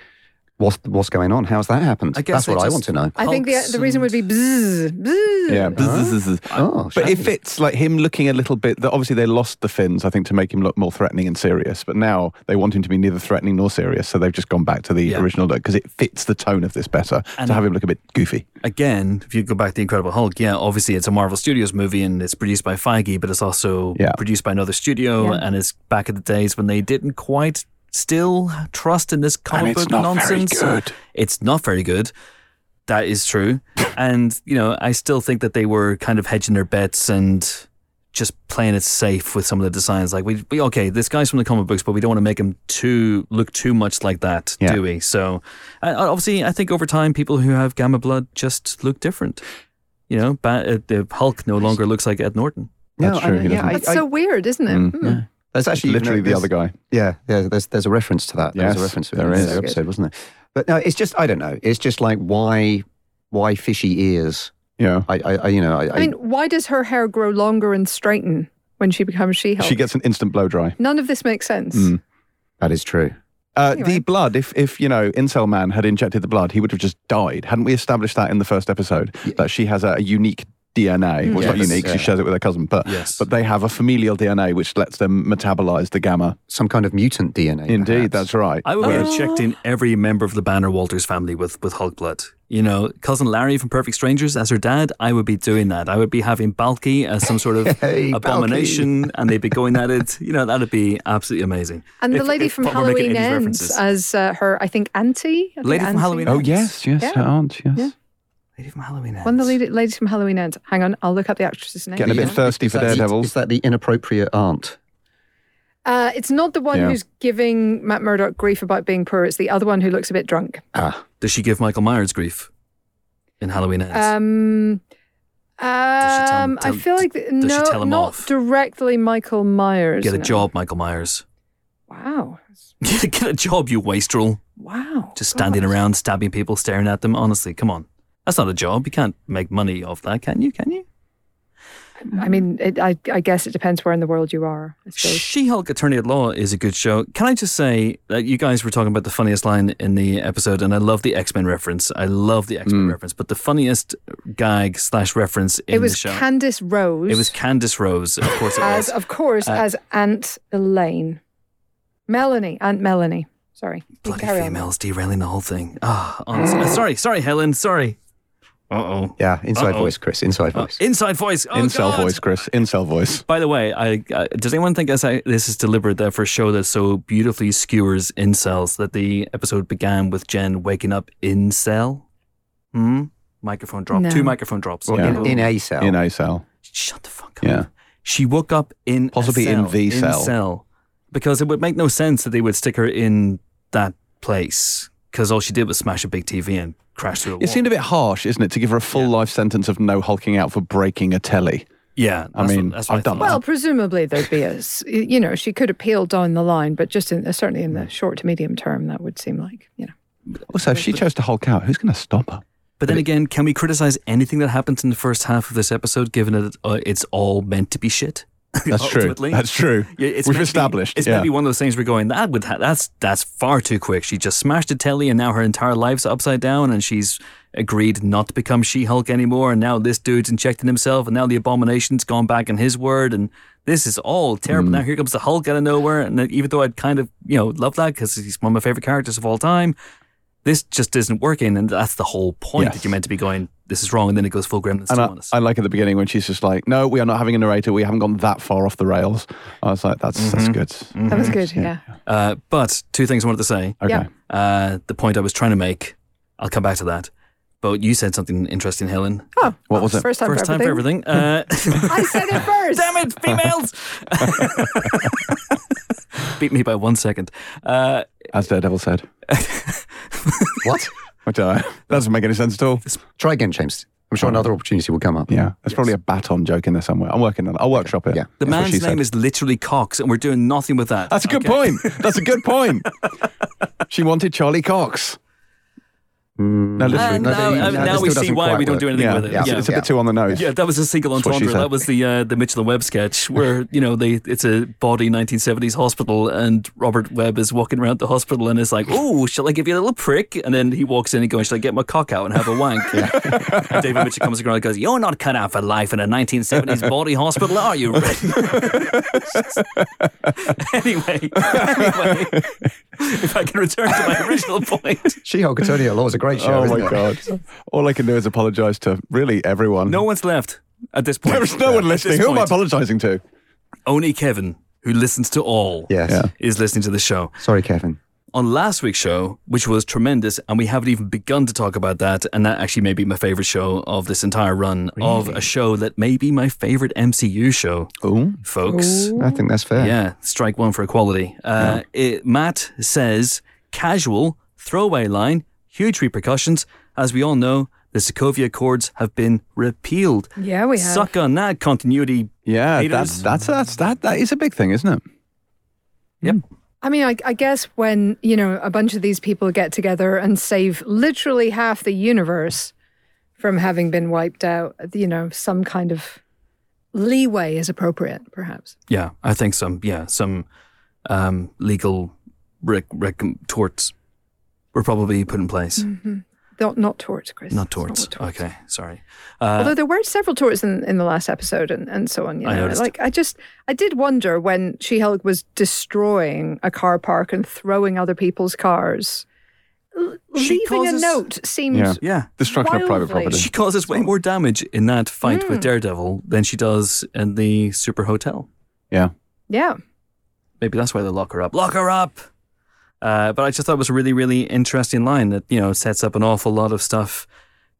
C: what's what's going on? How's that happened?
A: I guess
C: That's what
A: they
C: I
A: just-
C: want to know.
B: I think the,
A: Hulks
B: the reason would be bzzz, bzzz.
D: Yeah. Bzzz.
C: Oh,
D: But
C: shiny.
D: if it's like him looking a little bit, that obviously they lost the fins, I think, to make him look more threatening and serious. But now they want him to be neither threatening nor serious, so they've just gone back to the
A: Yeah.
D: original look because it fits the tone of this better
A: And-
D: to have him look a bit goofy.
A: again, if you go back to The Incredible Hulk, yeah, obviously it's a Marvel Studios movie and it's produced by Feige, but it's also
D: Yeah.
A: produced by another studio
B: Yeah.
A: and it's back in the days when they didn't quite still trust in this comic
D: And it's
A: book
D: not
A: nonsense.
D: very good.
A: It's not very good. That is true. and, you know, I still think that they were kind of hedging their bets and just playing it safe with some of the designs. Like we, we okay, this guy's from the comic books, but we don't want to make him too look too much like that,
D: Yeah.
A: do we? So, uh, obviously, I think over time, people who have gamma blood just look different. You know, ba- uh, the Hulk no longer looks like Ed Norton.
D: That's true,
C: I,
D: he
C: yeah,
D: doesn't.
C: I,
B: That's
C: I-
B: so weird, isn't it?
D: Mm.
B: Hmm.
C: yeah. There's actually even
D: Literally
C: though
D: the
C: there's-
D: other guy.
C: Yeah, yeah. There's there's a reference to that. There's
D: Yes,
C: a reference to
D: there
C: it in
D: is.
C: the episode, wasn't there? But no, it's just I don't know. It's just like why why fishy ears?
D: Yeah.
C: I I, I you know I,
B: I mean, why does her hair grow longer and straighten when she becomes She-Hulk?
D: She gets an instant blow dry.
B: None of this makes sense.
D: Mm.
C: that is true.
D: Uh,
B: Anyway.
D: The blood, if, if, you know, Incel Man had injected the blood, he would have just died. Hadn't we established that in the first episode? That she has a, a unique DNA. Well, it's not
C: Yes,
D: unique,
C: yeah.
D: she shares it with her cousin, but,
A: Yes.
D: but they have a familial DNA which lets them metabolize the gamma.
C: Some kind of mutant DNA.
D: Indeed,
C: perhaps.
D: that's right.
A: I would be
D: Whereas-
A: injecting every member of the Banner Walters family with, with Hulk blood. You know, cousin Larry from Perfect Strangers as her dad, I would be doing that. I would be having Balky as some sort of
C: Hey, Balky.
A: abomination, and they'd be going at it. You know, that'd be absolutely amazing.
B: And the
A: If-
B: lady
A: if
B: from
A: we're making
B: Halloween
A: 80s
B: Ends
A: references.
B: as uh, her, I think, auntie. I think
A: Lady from
B: auntie.
A: Halloween
D: Oh yes, yes,
B: Yeah.
D: her aunt. Yes.
B: Yeah.
A: Lady from Halloween
B: One of the
A: Ends.
B: lady, ladies from Halloween Ends. Hang on, I'll look up the actress's name.
D: Getting a bit thirsty
C: Is
D: for
C: that the-
D: Daredevil.
C: Is that the inappropriate aunt?
B: Uh, it's not the one
D: Yeah.
B: who's giving Matt Murdock grief about being poor. It's the other one who looks a bit drunk.
C: Ah,
A: Does she give Michael Myers grief in Halloween Ends?
B: Um,
A: tell-
B: um, I
A: tell-
B: feel like
A: does she
B: no,
A: tell him
B: not
A: off?
B: directly Michael Myers.
A: Get a
B: no.
A: job, Michael Myers.
B: Wow,
A: Get a job, you wastrel.
B: wow.
A: Just standing
B: God.
A: around, stabbing people, staring at them. Honestly, come on. That's not a job. You can't make money off that, can you? Can you?
B: I mean, it, I, I guess it depends where in the world you are. I suppose.
A: She Hulk Attorney at Law is a good show. Can I just say that you guys were talking about the funniest line in the episode, and I love the X Men reference. I love the X Men reference, but the funniest gag slash reference in
B: Hmm. It was
A: the show.
B: Candice Rose.
A: it was Candice Rose, of course. It
B: as
A: was.
B: of course
A: Uh,
B: as Aunt Elaine, Melanie, Aunt Melanie. Sorry, You
A: Bloody
B: carry on.
A: females derailing the whole thing. Ah, honestly.
B: Mm.
A: Uh, sorry, sorry, Helen. Sorry. Uh oh.
C: yeah, inside
A: Uh-oh. Uh,
C: voice, Chris. Inside voice.
A: Inside voice. Oh,
D: Incel
A: God.
D: voice, Chris. Incel voice.
A: By the way, I, I does anyone think I say this is deliberate that for a show that so beautifully skewers incels that the episode began with Jen waking up in cell? Hmm. Microphone drop.
B: No.
A: Two microphone drops.
D: Well,
C: in,
A: Oh.
C: in a cell.
D: In a cell.
A: Shut the fuck up.
D: Yeah.
A: She woke up in a
D: Possibly in
A: cell,
D: the cell.
A: because it would make no sense that they would stick her in that place because all she did was smash a big TV and crash through a wall.
D: It seemed a bit harsh, isn't it, to give her a full life sentence of no hulking out for breaking a telly.
A: yeah.
D: I
A: that's what-
D: mean,
A: that's what
D: I've done
A: thought.
B: Well, presumably there'd be a, s- you know, she could appeal down the line, but just in, uh, certainly in
A: Mm.
B: the short to medium term, that would seem like, you know.
D: Also, if she chose to hulk out, who's going to stop her?
A: But then again, can we criticize anything that happens in the first half of this episode, given that uh, it's all meant to be shit?
D: That's true.
A: Ultimately.
D: That's true.
A: Yeah, it's
D: We've
A: meant to be-
D: established.
A: it's meant
D: yeah.
A: to be one of those things we're going. That would ha- that's that's far too quick. She just smashed a telly, and now her entire life's upside down, and she's agreed not to become She Hulk anymore, and now this dude's injecting himself, and now the abomination's gone back on his word, and this is all
D: Mm.
A: terrible. Now here comes the Hulk out of nowhere, and then even though I'd kind of you know love that because he's one of my favorite characters of all time, this just isn't working, and that's the whole point
D: Yes.
A: that you're meant to be going. This is wrong, and then it goes full grimness.
D: And
A: to
D: I,
A: honest.
D: I like at the beginning when she's just like, "No, we are not having a narrator. We haven't gone that far off the rails." I was like, "That's
A: Mm-hmm.
D: that's good."
B: That was good. Yeah.
A: uh, but two things I wanted to say.
D: Okay.
B: Yeah.
A: Uh, the point I was trying to make, I'll come back to that. But you said something interesting, Helen.
B: Oh,
D: What was it?
B: First time,
A: First
B: for,
A: time for
B: everything.
A: everything. Uh,
B: I said it first.
A: Damn it, females! Beat me by one second. Uh,
D: As Daredevil said.
C: What?
D: Which, uh, that doesn't make any sense at all.
C: Try again, James. I'm sure another opportunity will come up.
D: Oh. Yeah, there's probably a baton joke in there somewhere. I'm working on it. I'll workshop it.
C: Yeah.
A: the
D: That's what
A: man's
D: she
A: name
D: said.
A: is literally Cox, and we're doing nothing with that.
D: That's a good
A: Okay.
D: point. That's a good point. she wanted Charlie Cox. No, literally.
A: And
D: no,
A: now,
C: no,
A: uh, now
C: no, this
A: we
C: still
A: see
C: doesn't
A: why
C: quite
A: we don't
C: work.
A: do anything
D: yeah,
A: with it.
D: it's,
A: Yeah.
D: it's a bit too on the nose.
A: Yeah, that was a single
D: what she
A: entendre.
D: said.
A: That was the uh, the Mitchell and Webb sketch where you know they it's a body 1970s hospital and Robert Webb is walking around the hospital and is like, "Oh, shall I give you a little prick?" And then he walks in and goes, "Shall I get my cock out and have a wank?" and David Mitchell comes around and goes, "You're not cut out for life in a 1970s body hospital, are you?" Rick?" anyway, anyway, if I can return to my original point,
C: She-Hulk Attorney at Law is a great show.
D: Oh
C: isn't
D: my
C: it?
D: god! All I can do is apologise to really everyone.
A: no one's left at this point.
D: there's no one
A: At this
D: listening. Who am I
A: point,
D: apologising to?
A: Only Kevin, who listens to all.
C: Yes.
D: Yeah.
A: is listening to the show.
C: Sorry, Kevin.
A: On last week's show, which was tremendous, and we haven't even begun to talk about that, and that actually may be my favorite show of this entire run of a show that may be my favorite MCU show,
D: Ooh.
A: folks.
B: Oh.
C: I think that's fair.
A: Yeah, strike one for equality. Uh, it, Matt says casual, throwaway line, huge repercussions. As we all know, the Sokovia Accords have been repealed.
B: Yeah, we have.
A: Suck on that continuity.
D: Yeah,
A: Haters.
D: that's that's that's that that is a big thing, isn't it?
B: I mean, I, I guess when, you know, a bunch of these people get together and save literally half the universe from having been wiped out, you know, some kind of leeway is appropriate, perhaps.
A: Yeah, I think some. Yeah, some um, legal rec- rec- torts were probably put in place.
B: Not, not towards, Chris.
A: Not
B: It's
A: torts.
B: what torts.
A: Okay, sorry.
B: Although there were several torts in, in the last episode and, and so on. You know?
A: Uh, I noticed.
B: Like, I just, I did wonder when She Hulk was destroying a car park and throwing other people's cars. l-
A: She
B: Leaving
A: causes-
B: a note seems
D: Yeah.
A: Yeah.
D: Destruction of private
B: Wildly.
D: property.
A: She causes way more damage in that fight with Daredevil than she does in the Super Hotel.
D: Yeah.
B: yeah.
A: Maybe that's why they lock her up. Lock her up! Uh, but I just thought it was a really, really interesting line that, you know, sets up an awful lot of stuff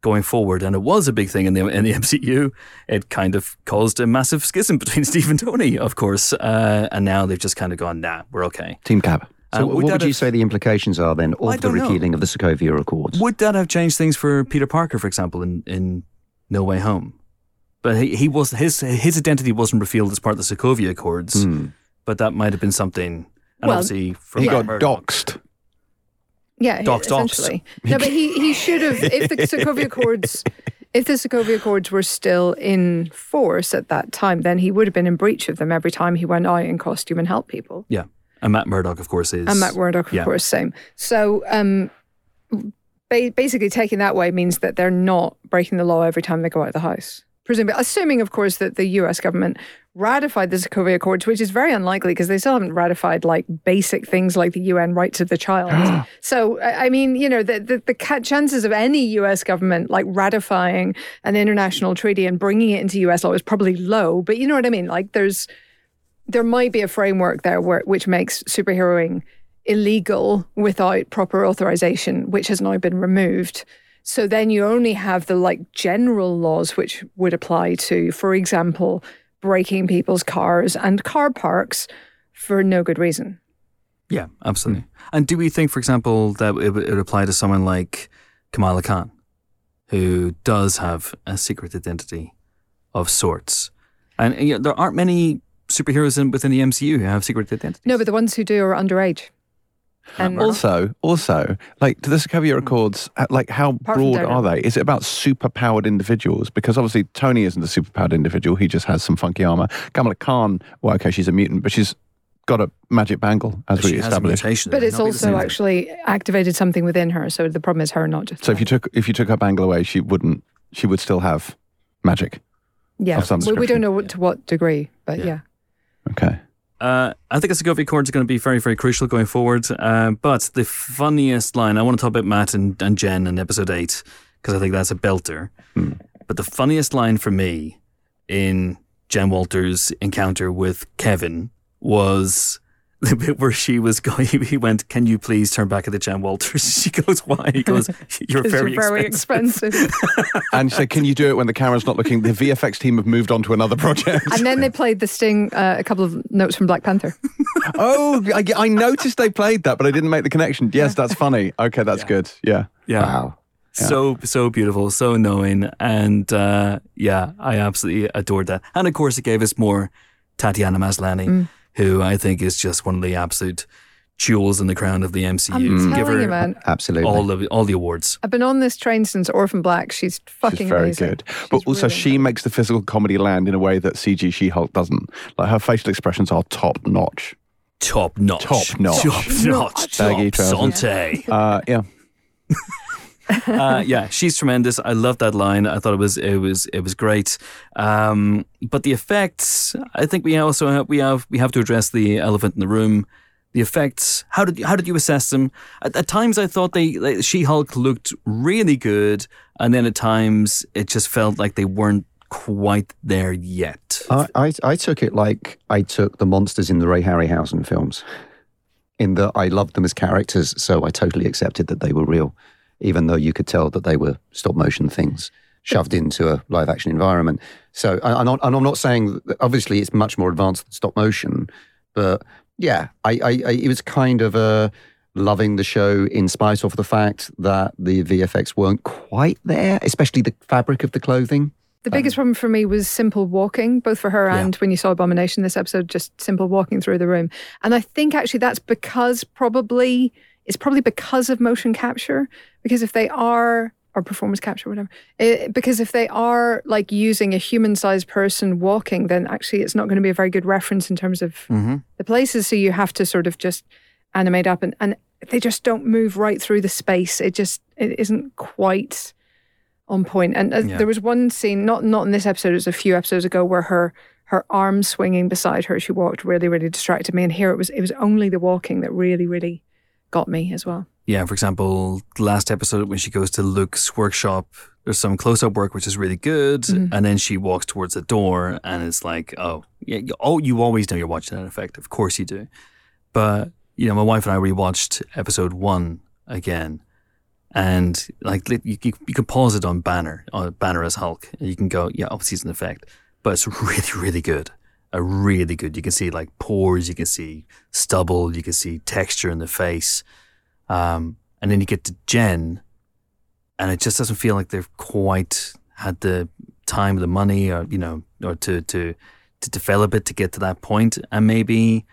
A: going forward. And it was a big thing in the, in the MCU. It kind of caused a massive schism between Steve and Tony, of course. Uh, and now they've just kind of gone, nah, we're okay.
D: Team Cab.
A: Uh,
C: So, what
A: that
C: would you
A: have-
C: say the implications are then
A: I
C: of the
A: don't know.
C: repealing of the Sokovia Accords?
A: Would that have changed things for Peter Parker, for example, in, in No Way Home? But he, he was his his identity wasn't revealed as part of the Sokovia Accords,
C: Hmm.
A: but that might have been something. And
B: Well,
A: obviously, from
D: He
A: that
D: got
A: murder-
D: doxxed.
B: Yeah, he-
A: Dox, dox.
B: essentially. No, but he he should have if the Sokovia Accords if the Sokovia Accords were still in force at that time, then he would have been in breach of them every time he went out in costume and helped people.
A: Yeah, and Matt Murdock, of course, is
B: And Matt Murdock, of
A: yeah.
B: course, same. So um ba- basically taking that way means that they're not breaking the law every time they go out of the house. Presumably assuming, of course, that the US government ratified the Sokovia Accords, which is very unlikely because they still haven't ratified like basic things like the UN rights of the child. so, I I mean, you know, the, the, the ca- chances of any US government like ratifying an international treaty and bringing it into US law is probably low. But you know what I mean? Like, there's there might be a framework there where, which makes superheroing illegal without proper authorization, which has now been removed. So then you only have the like general laws which would apply to, for example, breaking people's cars and car parks for no good reason.
A: Yeah, absolutely. And do we think, for example, that it would it would apply to someone like Kamala Khan, who does have a secret identity of sorts? And you know, there aren't many superheroes in, within the MCU who have secret identities.
B: No, but the ones who do are underage. And
D: Also, also, like to the Sokovia Accords, uh, like how
B: Apart from
D: broad are
B: Daredevil.
D: they? Is it about superpowered individuals? Because obviously Tony isn't a superpowered individual; he just has some funky armor. Kamala Khan, well, okay, she's a mutant, but she's got a magic bangle, as
A: She
D: we
A: has a
D: established.
A: mutation.
B: But
A: It
B: it's
A: might not be the same
B: also
A: thing.
B: actually activated something within her. So the problem is her not just.
D: So if you took if you took her bangle away, she wouldn't. She would still have magic.
B: yeah,
D: of
B: we,
D: some
B: we
D: description.
B: don't know what, to what degree, but yeah.
D: Okay.
A: Uh, I think a Segovia chord is going to be very, very crucial going forward. Uh, but the funniest line, I want to talk about Matt and, and Jen in episode eight, because I think that's a belter. But the funniest line for me in Jen Walters' encounter with Kevin was the bit where she was going, he went, Can you please turn back at the Jen Walters? She goes, Why? He goes, You're
B: It's
A: very,
B: very
A: expensive.
B: expensive.
D: And she said, "Can you do it when the camera's not looking?" The VFX team have moved on to another project.
B: and then they played the Sting, uh, a couple of notes from Black Panther.
D: oh, I, I noticed they played that, but I didn't make the connection. Yes, that's funny. Okay, that's good. Yeah.
A: Yeah.
C: Wow.
A: so so beautiful, so knowing, and uh, yeah, I absolutely adored that. And of course, it gave us more Tatiana Maslany,
B: Mm.
A: who I think is just one of the absolute jewels in the crown of the MCU.
B: I'm
A: Give
B: telling
A: her
B: you, man.
C: Absolutely.
A: all the all the awards.
B: I've been on this train since Orphan Black. She's fucking
D: She's very
B: amazing.
D: good. But
B: She's
D: also,
B: really
D: she makes the physical comedy land in a way that CG She Hulk doesn't. Like her facial expressions are top notch.
A: Top notch.
D: Top notch.
A: Top notch.
D: Baggy
A: Top
D: trousers.
A: Sante.
D: Uh, yeah.
A: uh, yeah, she's tremendous. I love that line. I thought it was it was it was great. Um, but the effects, I think we also have, we have we have to address the elephant in the room. The effects. How did how did you assess them? At, at times, I thought they like, She Hulk looked really good, and then at times it just felt like they weren't quite there yet.
C: I, I, I took it like I took the monsters in the Ray Harryhausen films, in that I loved them as characters, so I totally accepted that they were real, even though you could tell that they were stop motion things shoved into a live action environment. So, I, I'm not, and I'm not saying, obviously, it's much more advanced than stop motion, but yeah, I, I, I it was kind of a loving the show in spite of the fact that the VFX weren't quite there, especially the fabric of the clothing.
B: The biggest problem for me was simple walking, both for her
A: Yeah.
B: and when you saw Abomination this episode, just simple walking through the room. And I think actually that's because probably it's probably because of motion capture, because if they are or performance capture, whatever, eh, because if they are like using a human-sized person walking, then actually it's not going to be a very good reference in terms of
A: Mm-hmm.
B: the places. So you have to sort of just animate up and, and they just don't move right through the space. It just it isn't quite on point. And uh,
A: Yeah.
B: there was one scene, not not in this episode, it was a few episodes ago, where her her arm swinging beside her, as she walked really really distracted me. And here it was it was only the walking that really really got me as well.
A: Yeah, for example, the last episode when she goes to Luke's workshop, there's some close up work which is really good, and then she walks towards the door, and it's like, oh, yeah, you, oh, you always know you're watching that effect, of course you do. But you know, my wife and I rewatched episode one again, and like li- you, you, you could pause it on Banner, on Banner as Hulk, and you can go, yeah, obviously it's an effect, but it's really, really good. A really good. You can see like pores, you can see stubble, you can see texture in the face. Um, and then you get to Jen, and it just doesn't feel like they've quite had the time, the money, or you know, or to to to develop it to get to that point. And maybe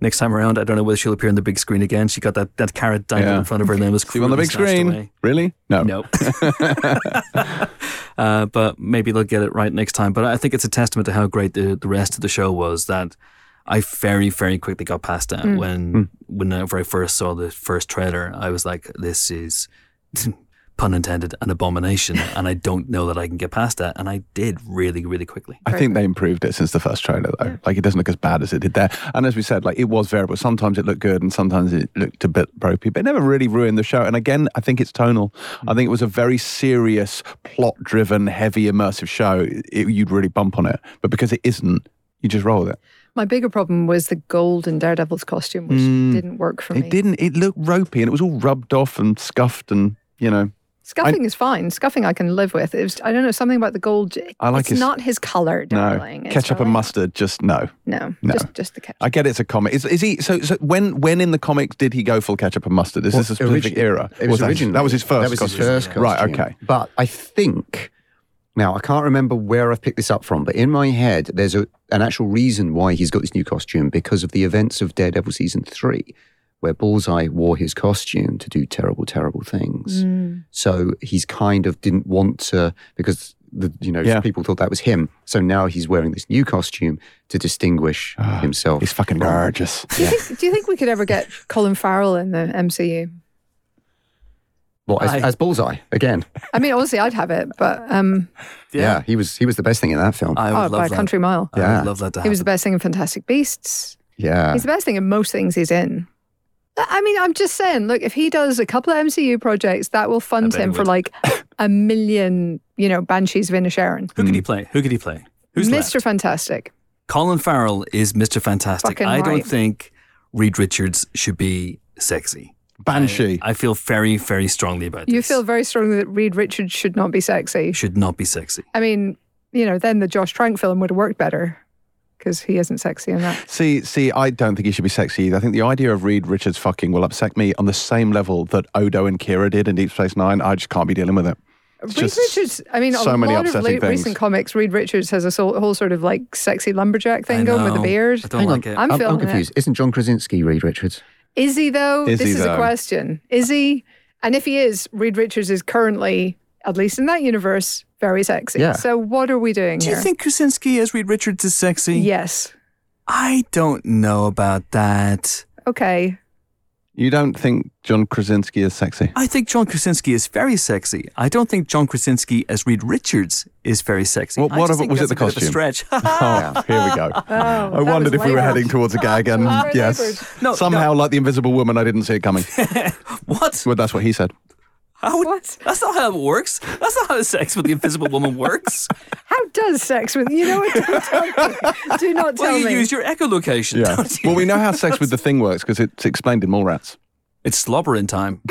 A: next time around, I don't know whether she'll appear on the big screen again. She got that that carrot dangled
D: Yeah.
A: in front of her, and then it was
D: See you on the
A: crudely
D: big
A: snatched
D: screen.
A: away.
D: Really? No.
A: No. uh, but maybe they'll get it right next time. But I think it's a testament to how great the, the rest of the show was that I very, very quickly got past that
B: Hmm.
A: when whenever I first saw the first trailer, I was like, this is pun intended, an abomination. and I don't know that I can get past that. And I did really, really quickly.
D: I think they improved it since the first trailer, though. Like, it doesn't look as bad as it did there. And as we said, like, it was variable. Sometimes it looked good and sometimes it looked a bit ropey, but it never really ruined the show. And again, I think it's tonal. I think it was a very serious, plot driven, heavy, immersive show. It, you'd really bump on it. But because it isn't, you just roll with it.
B: My bigger problem was the gold in Daredevil's costume, which didn't work for me.
D: Mm. It didn't. It looked ropey and it was all rubbed off and scuffed and, you know.
B: Scuffing is fine. Scuffing I can live with. It was, I don't know something about the gold.
D: I like
B: it's
D: his-
B: not his color, darling.
D: No,
B: It's
D: ketchup and
B: really-
D: mustard. Just no.
B: No,
D: No.
B: just just the ketchup.
D: I get it's a comic. Is, is he so, so? When when in the comics did he go full ketchup and mustard? Is this a
C: Well,
D: specific
C: origi-
D: era?
C: It was
D: that,
C: originally.
D: that was his first.
C: That was his
D: costume.
C: first
D: Right.
C: costume.
D: Okay.
C: But I think now I can't remember where I've picked this up from, but in my head there's a, an actual reason why he's got this new costume because of the events of Daredevil season three, where Bullseye wore his costume to do terrible, terrible things. So he's kind of didn't want to because the, you know,
D: Yeah.
C: people thought that was him. So now he's wearing this new costume to distinguish himself.
D: He's Ah, fucking
C: from-
D: gorgeous.
B: Do you, think, do you think we could ever get Colin Farrell in the MCU?
C: well, as,
A: Aye.
C: as Bullseye again.
B: I mean, obviously, I'd have it, but um,
C: Yeah. he was he was the best thing in that film.
A: I
B: oh,
A: would
B: by a
A: love that.
B: country mile.
A: I
C: Yeah.
A: would love that to happen.
B: He was the best thing in Fantastic Beasts.
C: yeah,
B: He's the best thing in most things he's in. I- I mean, I'm just saying, look, if he does a couple of MCU projects, that will fund
A: bet he
B: him for
A: would.
B: like a million, you know, Banshees of Inisherin.
A: Who could he play? Who could he play? Who's
B: Mr.
A: left?
B: Fantastic.
A: Colin Farrell is Mr. Fantastic.
B: Fucking
A: I don't
B: right.
A: think Reed Richards should be sexy.
D: Banshee.
A: I feel very, very strongly about
B: You
A: this.
B: feel very strongly that Reed Richards should not be sexy.
A: should not be sexy.
B: I mean, you know, then the Josh Trank film would have worked better because he isn't sexy in that.
D: See, see, I don't think he should be sexy either. I think the idea of Reed Richards fucking will upset me on the same level that Odo and Kira did in Deep Space Nine. I just can't be dealing with it. It's
B: Reed
D: just
B: Richards, I mean,
D: so
B: a
D: many
B: lot of
D: upsetting
B: late,
D: things.
B: recent comics, Reed Richards has a so- whole sort of like sexy lumberjack
A: I
B: thing going with the
A: know.
B: beard.
A: I don't
C: Hang
A: like
C: on.
A: it.
B: I'm
C: I'm,
B: feeling
C: I'm
B: it.
C: confused. Isn't John Krasinski Reed Richards?
B: Is he though?
D: Is
B: this
D: he,
B: is
D: though?
B: a question. Is he? And if he is, Reed Richards is currently, at least in that universe, very sexy.
C: Yeah.
B: So what are we doing
A: Do
B: here?
A: you think Krasinski as Reed Richards is sexy?
B: yes.
A: I don't know about that.
B: Okay.
D: You don't think John Krasinski is sexy?
A: I think John Krasinski is very sexy. I don't think John Krasinski as Reed Richards is very sexy.
D: What-
A: I
D: what
A: just
D: of it-
A: think
D: was
A: that's
D: it the
A: a bit of a
D: costume?
A: stretch? Ah.
D: Oh, here we go. I
B: Oh, that
D: wondered if
B: was
D: we were
B: laboured.
D: heading towards a gag, and
B: That was very
D: yes,
B: laboured.
A: No,
D: somehow, like the Invisible Woman, I didn't see it coming.
A: what?
D: well, that's what he said.
A: How would-
B: What?
A: That's not how it works. That's not how sex with the invisible woman works.
B: How does sex with you know what? Don't tell me. Do not tell
A: well, you
B: me.
A: use your echolocation,
D: Yeah.
A: don't you?
D: well, we know how sex with the thing works because it's explained in Mallrats.
A: It's slobber in time.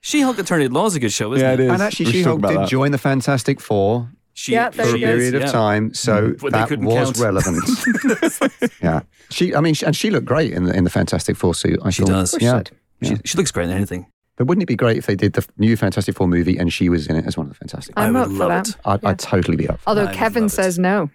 A: she Hulk Attorney at Law is a good show, isn't it?
D: is.
C: And actually,
D: We should
C: She
D: talk
C: Hulk
D: about
C: did
D: that.
C: join the Fantastic Four
A: She,
B: Yeah, there
C: for a
B: she is,
C: period of time, so
A: But they
C: that
A: couldn't
C: was
A: count.
C: relevant. yeah, she. I mean, she, and she looked great in the in the Fantastic Four suit. I
A: She
C: thought.
A: does.
C: Yeah.
A: She, she looks great in anything.
C: But wouldn't it be great if they did the f- new Fantastic Four movie and she was in it as one of the Fantastic?
A: I
B: I'm
A: would
B: up for
A: love
B: that.
A: it.
C: I'd, I'd totally be up. for
B: Although
A: I would
B: Kevin
A: love it.
B: says no.
C: it.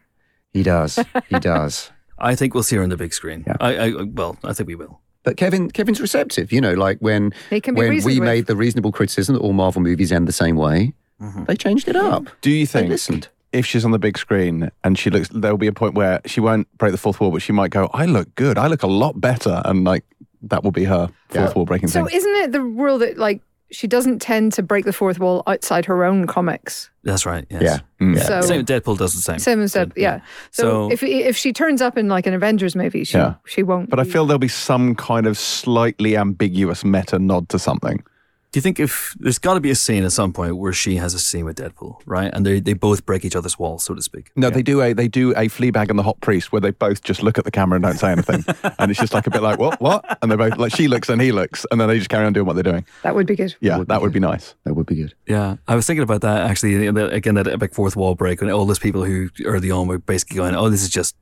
C: He does. He does.
A: I think we'll see her on the big screen.
C: Yeah.
A: I, I, well, I think we will.
C: But Kevin, Kevin's receptive. You know, like when
B: He can be
C: when
B: reasoned
C: we
B: with.
C: made the reasonable criticism that all Marvel movies end the same way,
A: Mm-hmm.
C: they changed it up.
D: Do you think?
C: They listened.
D: if she's on the big screen and she looks, there'll be a point where she won't break the fourth wall, but she might go, I look good. I look a lot better. And like, that will be her fourth
C: Yeah.
D: wall breaking
B: So
D: thing.
B: isn't it the rule that like she doesn't tend to break the fourth wall outside her own comics?
A: That's right. Yes.
C: Yeah.
D: Mm.
C: Yeah.
B: So
A: Same. Deadpool does the same.
B: Same as that, yeah. So,
A: So-
B: if if she turns up in like an Avengers movie, she
D: Yeah.
B: she won't.
D: But I
B: be-
D: feel there'll be some kind of slightly ambiguous meta nod to something.
A: Do you think if there's got to be a scene at some point where she has a scene with Deadpool, right? And they they both break each other's walls, so to speak.
D: No, they do a they do a Fleabag and the Hot Priest where they both just look at the camera and don't say anything, and it's just like a bit like what what, and they both like she looks and he looks, and then they just carry on doing what they're doing.
B: that would be good.
D: Yeah,
C: Would be
D: that would
C: good.
D: be nice.
C: That would be good.
A: Yeah, I was thinking about that actually. and that- Again, that epic fourth wall break when all those people who early on were basically going, "Oh, this is just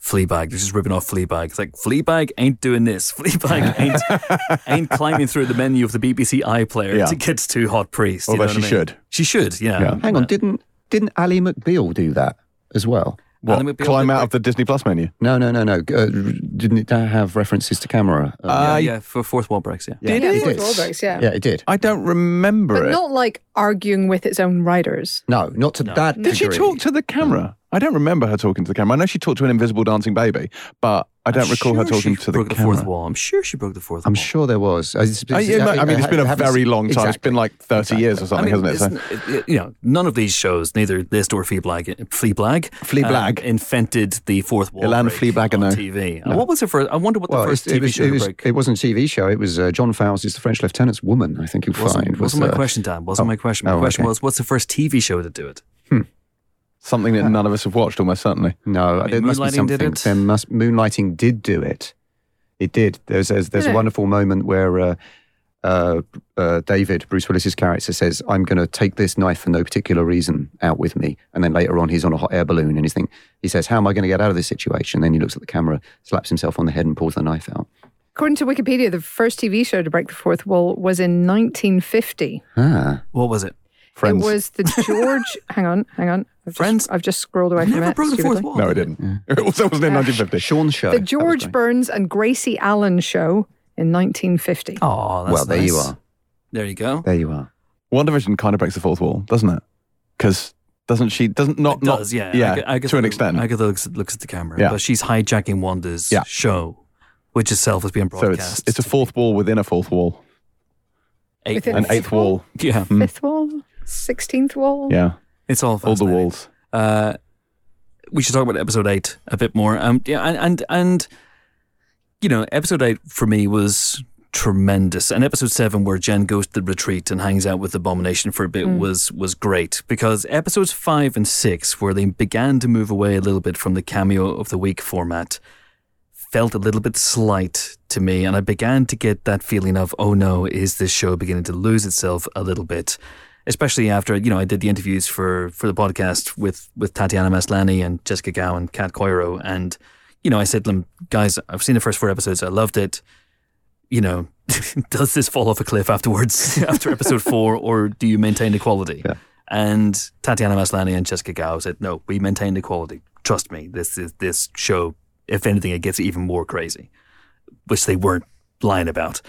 A: Fleabag. They're just ripping off Fleabag." It's like Fleabag ain't doing this. Fleabag ain't ain't climbing through the menu of the BBC iPlayer
D: Yeah.
A: to get to Hot Priest. you
D: Although
A: know what
D: she
A: I mean?
D: should.
A: She should. Yeah.
D: Yeah.
C: Hang on, didn't didn't Ali McBeal do that as well?
D: What
A: it would be a
D: climb
A: bit
D: out
A: like-
D: of the Disney Plus menu?
C: No, no, no, no. Uh, didn't it have references to camera? Um,
A: Yeah,
D: I-
A: yeah, for fourth wall breaks. Yeah.
B: Yeah,
C: it
B: fourth
C: is.
B: wall breaks, yeah.
C: yeah, it did.
D: I don't remember
B: But
D: it.
B: not like arguing with its own writers.
C: No, not to that.
D: Did she
C: degree.
D: talk to the camera? I don't remember her talking to the camera. I know she talked to an invisible dancing baby, but I don't
A: I'm
D: recall her
A: sure
D: talking
A: she
D: to the
A: broke
D: camera.
A: the fourth wall. I'm sure she broke the fourth
C: I'm
A: wall.
C: sure there was. Uh, it's-
D: I,
C: it's-
D: yeah, I mean, it's been
C: I
D: a
C: haven't-
D: very long time. It's been
C: Exactly.
D: like 30 years or something, hasn't it? So,
A: isn't it- you know, none of these shows, neither this nor Fleabag, Fleabag, um,
D: Fleabag.
A: invented the fourth wall.
D: Ilan
A: break
D: Fleabag, I
A: on
D: know.
A: TV. What was the first? I wonder what the
C: Well,
A: first
C: it's-
A: TV
C: it, was,
A: show
C: it, was,
A: break.
C: it wasn't a TV show. It was uh, John Fowles is the French Lieutenant's woman. I think you'll
A: wasn't,
C: find
A: wasn't my
D: uh,
C: the-
A: question, Dan. Wasn't
C: oh,
A: my question. My
C: oh,
A: question
C: okay.
A: was, what's the first TV show to do it?
D: something that none of us have watched, almost certainly.
C: No,
A: mean,
C: there must be
A: Moonlighting did
C: something.
A: it.
C: There must moonlighting did do it. It did. There's there's, there's a
B: Yeah.
C: wonderful moment where uh, uh, uh, David Bruce Willis's character says, "I'm going to take this knife for no particular reason out with me," and then later on he's on a hot air balloon and he's think he says, "How am I going to get out of this situation?" Then he looks at the camera, slaps himself on the head, and pulls the knife out.
B: According to Wikipedia, the first TV show to break the fourth wall was in 1950.
C: Ah,
A: What was it?
D: Friends.
B: It was the George. hang on, hang on. I've just-
A: Friends?
B: I've just scrolled away from
A: Never
B: it.
A: broke the fourth
B: stupidly.
A: wall.
D: no, it
A: did
D: didn't. It also wasn't in 1950.
C: Sean show.
B: The
C: That was
B: George
C: great.
B: Burns and Gracie Allen show in 1950.
A: Oh, that's
C: Well, there you
A: nice.
C: are.
A: There you go.
C: There you are.
D: One Division kind of breaks the fourth wall, doesn't it? Because doesn't she? Doesn't not
A: It does,
D: not
A: yeah.
D: yeah
A: Ag- Agatha,
D: to an extent.
A: Agatha looks, looks at the camera,
D: Yeah.
A: but she's hijacking Wanda's
D: Yeah.
A: show, which itself is being
D: so
A: broadcast.
D: it's it's a fourth wall within a fourth wall,
A: Eight
B: Within-
D: an
A: walls.
B: Fifth
D: eighth wall.
A: Yeah,
C: Mm.
B: Fifth wall, sixteenth wall.
D: Yeah,
A: it's all
D: all the
A: fascinating.
D: walls.
A: Uh, we should talk about episode eight a bit more. Um, yeah, and and and you know, episode eight for me was tremendous, and episode seven where Jen goes to the retreat and hangs out with Abomination for a bit was was great because episodes five and six, where they began to move away a little bit from the cameo of the week format, felt a little bit slight to me, and I began to get that feeling of, oh no, is this show beginning to lose itself a little bit? Especially after you know I did the interviews for for the podcast with with Tatiana Maslany and Jessica Gow and Kat Coiro, and you know I said to them, guys, I've seen the first four episodes, I loved it. You know, does this fall off a cliff afterwards after episode four, or do you maintain the quality?
C: Yeah.
A: And Tatiana Maslany and Jessica Gow said, no, we maintain the quality. Trust me, this is this show if anything, it gets even more crazy, which they weren't lying about.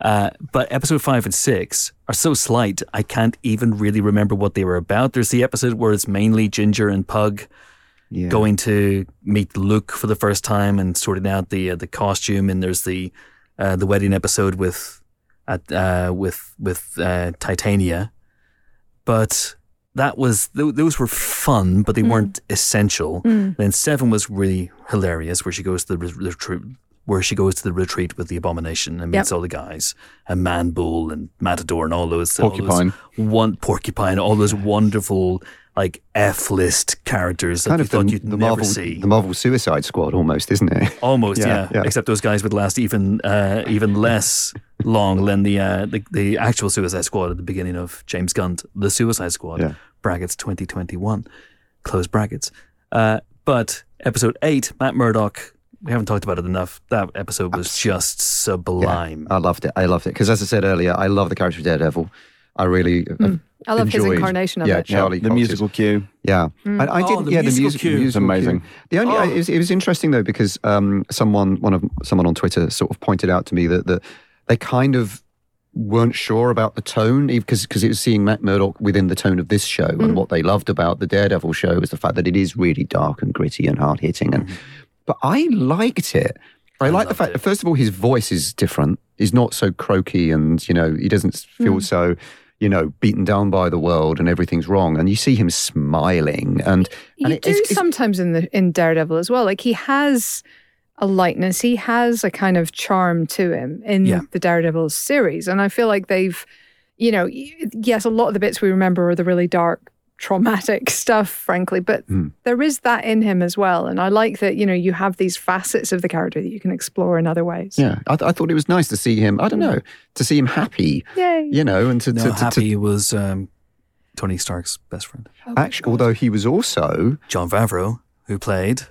A: Uh, but episode five and six are so slight, I can't even really remember what they were about. There's the episode where it's mainly Ginger and Pug
C: Yeah.
A: going to meet Luke for the first time and sorting out the uh, the costume, and there's the uh, the wedding episode with at uh, with with uh, Titania, but that was th- those were fun, but they weren't essential. Then seven was really hilarious, where she goes to the re- retreat, where she goes to the retreat with the abomination and meets all the guys, and Man Bull and Matador and all those all those-
D: Porcupine.
A: one porcupine, all those wonderful like F list characters that
C: kind
A: you
C: of the,
A: thought you'd
C: the
A: never
C: Marvel,
A: see.
C: the Marvel Suicide Squad, almost, isn't it?
A: Almost, yeah,
C: Yeah, yeah.
A: Except those guys would last even uh, even less long than the, uh, the the actual Suicide Squad at the beginning of James Gunn's The Suicide Squad
C: Yeah.
A: brackets 2021 close brackets. Uh, but episode eight, Matt Murdock. We haven't talked about it enough. That episode was just sublime.
C: I loved it. I loved it because, as I said earlier, I love the character of Daredevil. I really uh,
B: I love his
C: enjoyed-
B: incarnation of
C: yeah,
B: it. Mm.
D: Yeah,
C: Charlie
D: the
C: Cox's-
D: musical cue.
C: Yeah, I, I
A: Oh,
C: didn't.
A: the
C: yeah,
A: musical
C: the music,
A: cue.
C: the musical cue.
D: Amazing.
C: The only
A: Oh.
C: it, was, it was interesting though because um, someone one of someone on Twitter sort of pointed out to me that that they kind of weren't sure about the tone because because it was seeing Matt Murdock within the tone of this show
B: Mm.
C: and what they loved about the Daredevil show was the fact that it is really dark and gritty and hard hitting and but I liked it. I, like the
A: loved
C: fact
A: it.
C: that first of all his voice is different. He's not so croaky and you know he doesn't feel
A: Hmm.
C: so you know beaten down by the world and everything's wrong and you see him smiling and and
B: You
C: it-
B: do
C: it's- it's-
B: sometimes in the in Daredevil as well. Like he has a lightness, he has a kind of charm to him in
A: Yeah.
B: the Daredevil series, and I feel like they've, you know, y- yes, a lot of the bits we remember are the really dark, traumatic stuff, frankly, but
C: Mm.
B: there is that in him as well, and I like that. You know, you have these facets of the character that you can explore in other ways.
C: Yeah, I, th- I thought it was nice to see him. I don't know to see him happy,
B: Yay.
C: you know, and to,
A: No,
C: to, to, to-
A: Happy was um, Tony Stark's best friend,
B: Oh,
C: actu- although he was also
A: John Favreau, who played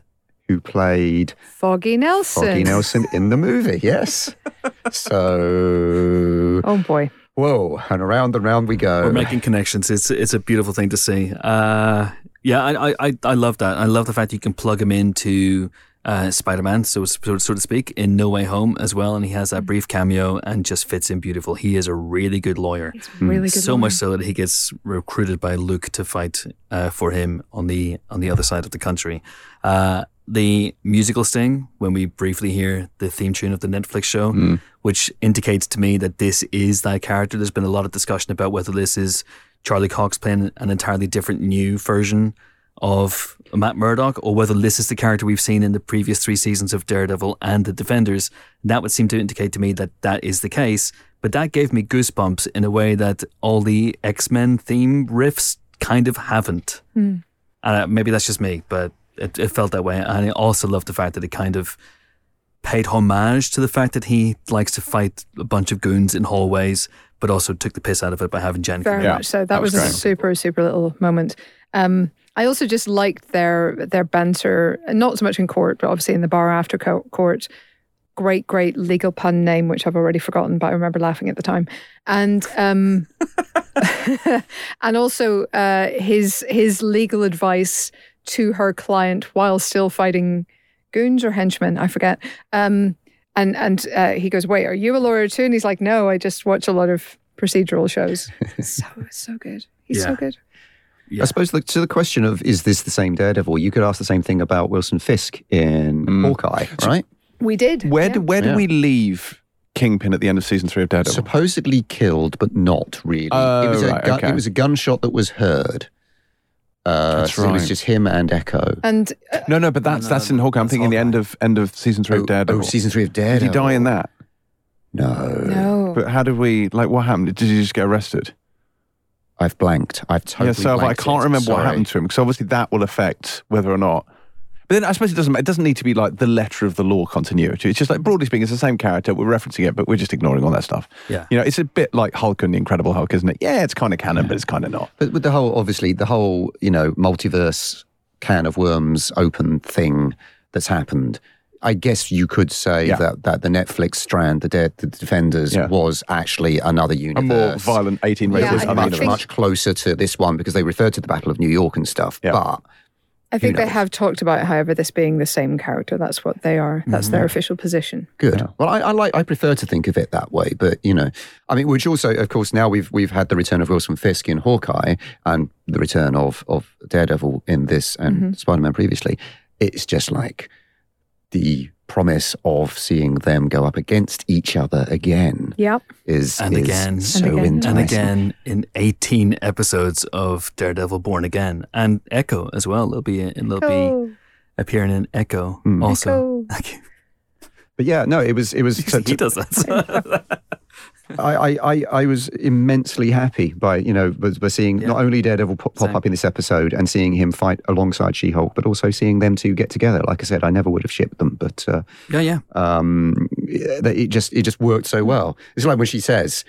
C: who played
B: Foggy Nelson.
C: Foggy Nelson in the movie. Yes, so
B: Oh boy.
C: whoa, and around and round we go.
A: We're making connections. It's it's a beautiful thing to see. Uh, yeah, I, I- I I love that. I love the fact you can plug him into uh, Spider Man, so so so to speak, in No Way Home as well, and he has
B: Mm.
A: that brief cameo and just fits in beautiful. He is a really good lawyer,
B: It's
C: Hmm.
B: really good.
A: so
B: one.
A: much so that he gets recruited by Luke to fight uh, for him on the on the other side of the country. Uh, the musical sting when we briefly hear the theme tune of the Netflix show
D: Mm.
A: which indicates to me that this is that character. There's been a lot of discussion about whether this is Charlie Cox playing an entirely different new version of Matt Murdock or whether this is the character we've seen in the previous three seasons of Daredevil and the Defenders. And that would seem to indicate to me that that is the case. But that gave me goosebumps in a way that all the X Men theme riffs kind of haven't. Uh, maybe that's just me, but it, it felt that way. And I also loved the fact that it kind of paid homage to the fact that he likes to fight a bunch of goons in hallways, but also took the piss out of it by having Jen.
B: Very
A: come in.
D: Yeah,
B: much so. That,
D: that
B: was,
D: was
B: a
D: great.
B: super, super little moment. Um, I also just liked their their banter, not so much in court, but obviously in the bar after co- court. Great, great legal pun name, which I've already forgotten, but I remember laughing at the time. And um, and also uh, his his legal advice to her client while still fighting goons or henchmen, I forget. Um, and and uh, he goes, "Wait, are you a lawyer too?" And he's like, "No, I just watch a lot of procedural shows. so so good. He's so
A: Yeah.
B: good.
A: Yeah.
C: I suppose the, to the question of is this the same Daredevil, you could ask the same thing about Wilson Fisk in
D: Mm.
C: Hawkeye, right?
B: We did.
D: Where
B: yeah.
D: do, where do
C: Yeah.
D: we leave Kingpin at the end of season three of Daredevil?
C: Supposedly killed, but not really.
D: Oh,
C: it, was a
D: right,
C: gun-
D: okay.
C: it was a gunshot that was heard. Uh,
D: That's
C: so It
D: right.
C: was just him and Echo.
B: and uh,
D: no, no, but that's
A: no,
D: that's
A: no,
D: in Hawkeye. I'm
A: that's
D: thinking the
A: Hawkeye.
D: end of end of season three
C: Oh,
D: of Daredevil.
C: oh, season three of
D: did
C: Daredevil.
D: he die in that?
A: Uh,
C: No.
B: no.
D: But how did we like? What happened? Did you just get arrested?
C: I've blanked. I've totally
D: yeah, so I
C: blanked
D: can't
C: it.
D: remember what
C: Sorry.
D: happened to him because obviously that will affect whether or not. But then I suppose it doesn't. It doesn't need to be like the letter of the law continuity. It's just like broadly speaking, it's the same character. We're referencing it, but we're just ignoring all that stuff.
A: Yeah.
D: you know, it's a bit like Hulk and the Incredible Hulk, isn't it? Yeah, it's kind of canon, but it's kind of not.
C: But with the whole, obviously, the whole, you know, multiverse can of worms open thing that's happened, I guess you could say
D: Yeah.
C: that, that the Netflix strand, the, De- the Defenders,
D: Yeah.
C: was actually another
D: A
C: universe.
D: more violent eighteen
B: Yeah,
C: It
D: rated
C: was
B: I
D: other
C: much,
B: think-
D: universe.
C: much closer to this one because they referred to the Battle of New York and stuff.
D: Yeah.
C: But
B: I think they
C: knows?
B: have talked about, however, this being the same character. That's what they are. That's
A: Mm-hmm.
B: their official position.
C: Good. Well, I, I like. I prefer to think of it that way, but you know, I mean, which also, of course, now we've we've had the return of Wilson Fisk in Hawkeye and the return of of Daredevil in this and Spider Man previously. It's just like the promise of seeing them go up against each other again
B: Yep.
C: is
A: And
C: is
A: again. And
C: so
B: again. And
C: enticing.
A: and again in 18 episodes of Daredevil Born Again and Echo as well. They'll be they'll be
B: Oh,
A: appearing in Echo
C: Hmm.
A: also.
B: Echo.
C: But yeah, no, it was it was. to-
A: he
C: to-
A: does that.
C: I, I, I, I was immensely happy by you know by, by seeing
A: Yeah.
C: not only Daredevil pop, pop
A: Same.
C: up in this episode and seeing him fight alongside She Hulk, but also seeing them two get together. Like I said, I never would have shipped them, but uh,
A: yeah, yeah.
C: um, yeah, that it just it just worked so well. It's like when she says.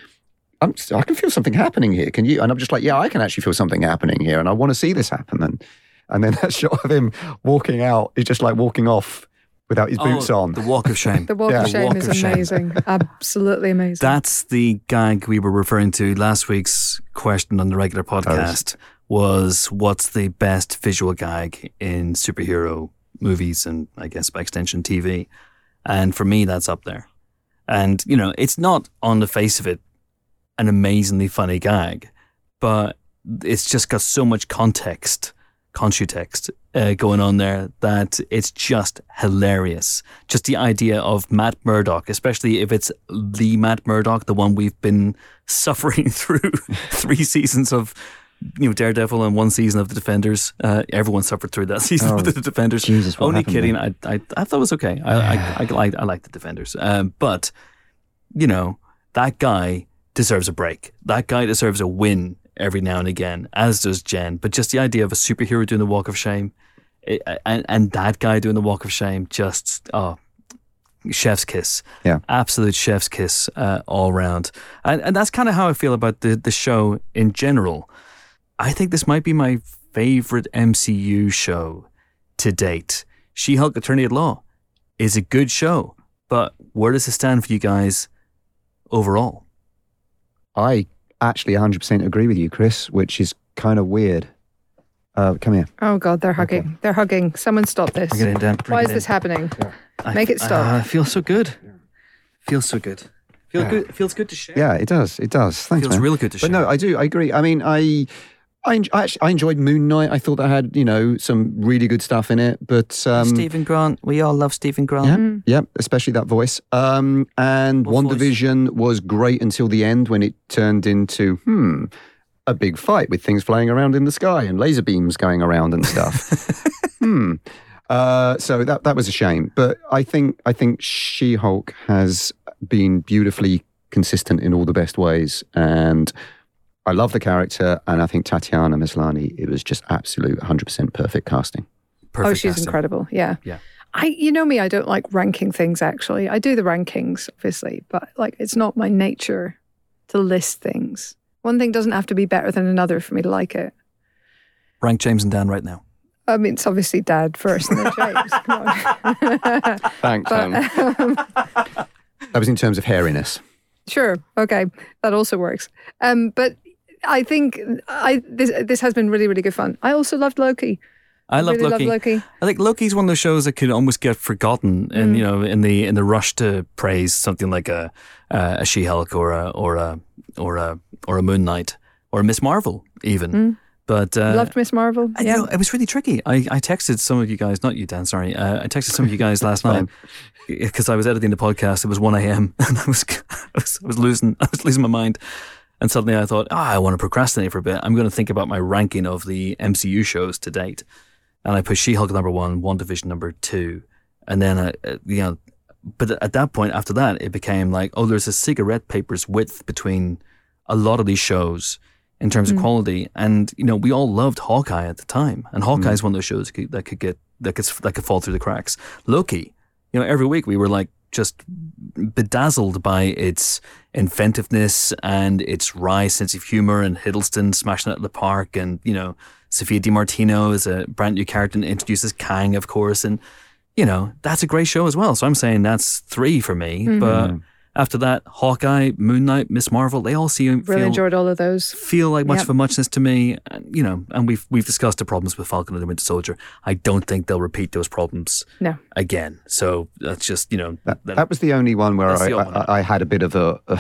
C: I'm, s- I can feel something happening here. Can you? And I'm just like, yeah, I can actually feel something happening here, and I want to see this happen. And and then that shot of him walking out is just like walking off without his boots
A: Oh,
C: on.
A: The Walk of Shame.
B: The Walk
C: Yeah.
B: of Shame
A: Walk
B: is
A: of Shame.
B: amazing. Absolutely amazing.
A: That's the gag we were referring to last week's question on the regular podcast was what's the best visual gag in superhero movies and I guess by extension TV. And for me that's up there. And you know, it's not on the face of it an amazingly funny gag, but it's just got so much context, context uh, going on there that it's just hilarious. Just the idea of Matt Murdock, especially if it's the Matt Murdock, the one we've been suffering through three seasons of. You know, Daredevil and one season of the Defenders. Uh, everyone suffered through that season of the Defenders.
C: Oh, Jesus, what
A: Only
C: happened
A: kidding. I, I I thought it was okay. I I, I, like, I like the Defenders, um, but you know that guy deserves a break. That guy deserves a win every now and again, as does Jen. But just the idea of a superhero doing the Walk of Shame, it, and and that guy doing the Walk of Shame, just oh, chef's kiss.
C: Yeah.
A: absolute chef's kiss uh, all round. And and that's kind of how I feel about the the show in general. I think this might be my favorite MCU show to date. She Hulk Attorney at Law is a good show, but where does it stand for you guys overall?
C: I actually 100% agree with you, Chris, which is kind of weird. Uh, come here.
B: oh God, they're hugging. They're hugging. Someone stop this.
A: Bring it in, Dan. Bring
B: Why
A: it
B: is
A: in.
B: this happening?
A: I-
B: Make it stop.
A: Ah, it feels so good. Feels so good. Feel
C: Yeah.
A: good. It feels good to share.
C: Yeah, it does. It does. Thanks,
A: feels
C: man.
A: real good to share.
C: but no, I do. I agree. I mean, I, I, en- I, actually, I enjoyed Moon Knight. I thought that had, you know, some really good stuff in it. But um,
A: Stephen Grant. We all love Stephen Grant.
C: yeah, yeah, especially that voice. Um, and
A: What voice?
C: WandaVision was great until the end when it turned into hmm a big fight with things flying around in the sky and laser beams going around and stuff. hmm. Uh, so that that was a shame, but I think I think She Hulk has been beautifully consistent in all the best ways, and I love the character, and I think Tatiana Maslany it was just absolute hundred percent perfect casting.
A: Perfect
B: oh, she's
A: casting.
B: incredible. Yeah.
A: Yeah.
B: I, you know me, I don't like ranking things actually. I do the rankings, obviously, but like it's not my nature to list things. One thing doesn't have to be better than another for me to like it.
A: Rank James and Dan right now.
B: I mean, it's obviously dad first and then James. Come on.
D: Thanks, Anne.
B: but, um,
C: That was in terms of hairiness.
B: Sure. Okay, that also works. Um, but I think I this this has been really really good fun. I also loved Loki.
A: I love
B: really
A: Loki.
B: love Loki.
A: I think Loki's one of those shows that could almost get forgotten,
B: Mm.
A: in you know, in the in the rush to praise something like a uh, a She Hulk or a or a or a or a Moon Knight or a Miss Marvel even.
B: Mm.
A: But uh,
B: Loved Miss Marvel.
A: I, you
B: Yeah.
A: know, it was really tricky. I, I texted some of you guys, not you, Dan, sorry. Uh, I texted some of you guys last night because I was editing the podcast. It was 1 a.m. and I was, I was I was losing I was losing my mind. And suddenly I thought, ah, I want to procrastinate for a bit. I'm going to think about my ranking of the MCU shows to date. And I put She-Hulk number one, One Division number two, and then I, uh, you know, but at that point after that it became like, oh, there's a cigarette paper's width between a lot of these shows in terms of quality. And you know, we all loved Hawkeye at the time, and Hawkeye is one of those shows that could, that could get that could that could fall through the cracks. Loki, you know, every week we were like just bedazzled by its inventiveness and its wry sense of humor, and Hiddleston smashing it at the park, and you know, Sophia DiMartino is a brand new character and introduces Kang, of course, and you know, that's a great show as well. So I'm saying that's three for me, but. After that, Hawkeye, Moon Knight, Miss Marvel, they all seem
B: Really
A: feel
B: enjoyed all of those.
A: feel like much
B: Yep.
A: of a muchness to me. And, you know, and we've we've discussed the problems with Falcon and the Winter Soldier. I don't think they'll repeat those problems
B: No.
A: again. So that's just you know
C: That,
A: that-
C: that was the only one where
A: That's
C: I,
A: the
C: I,
A: odd one.
C: I- I had a bit of a "Ugh,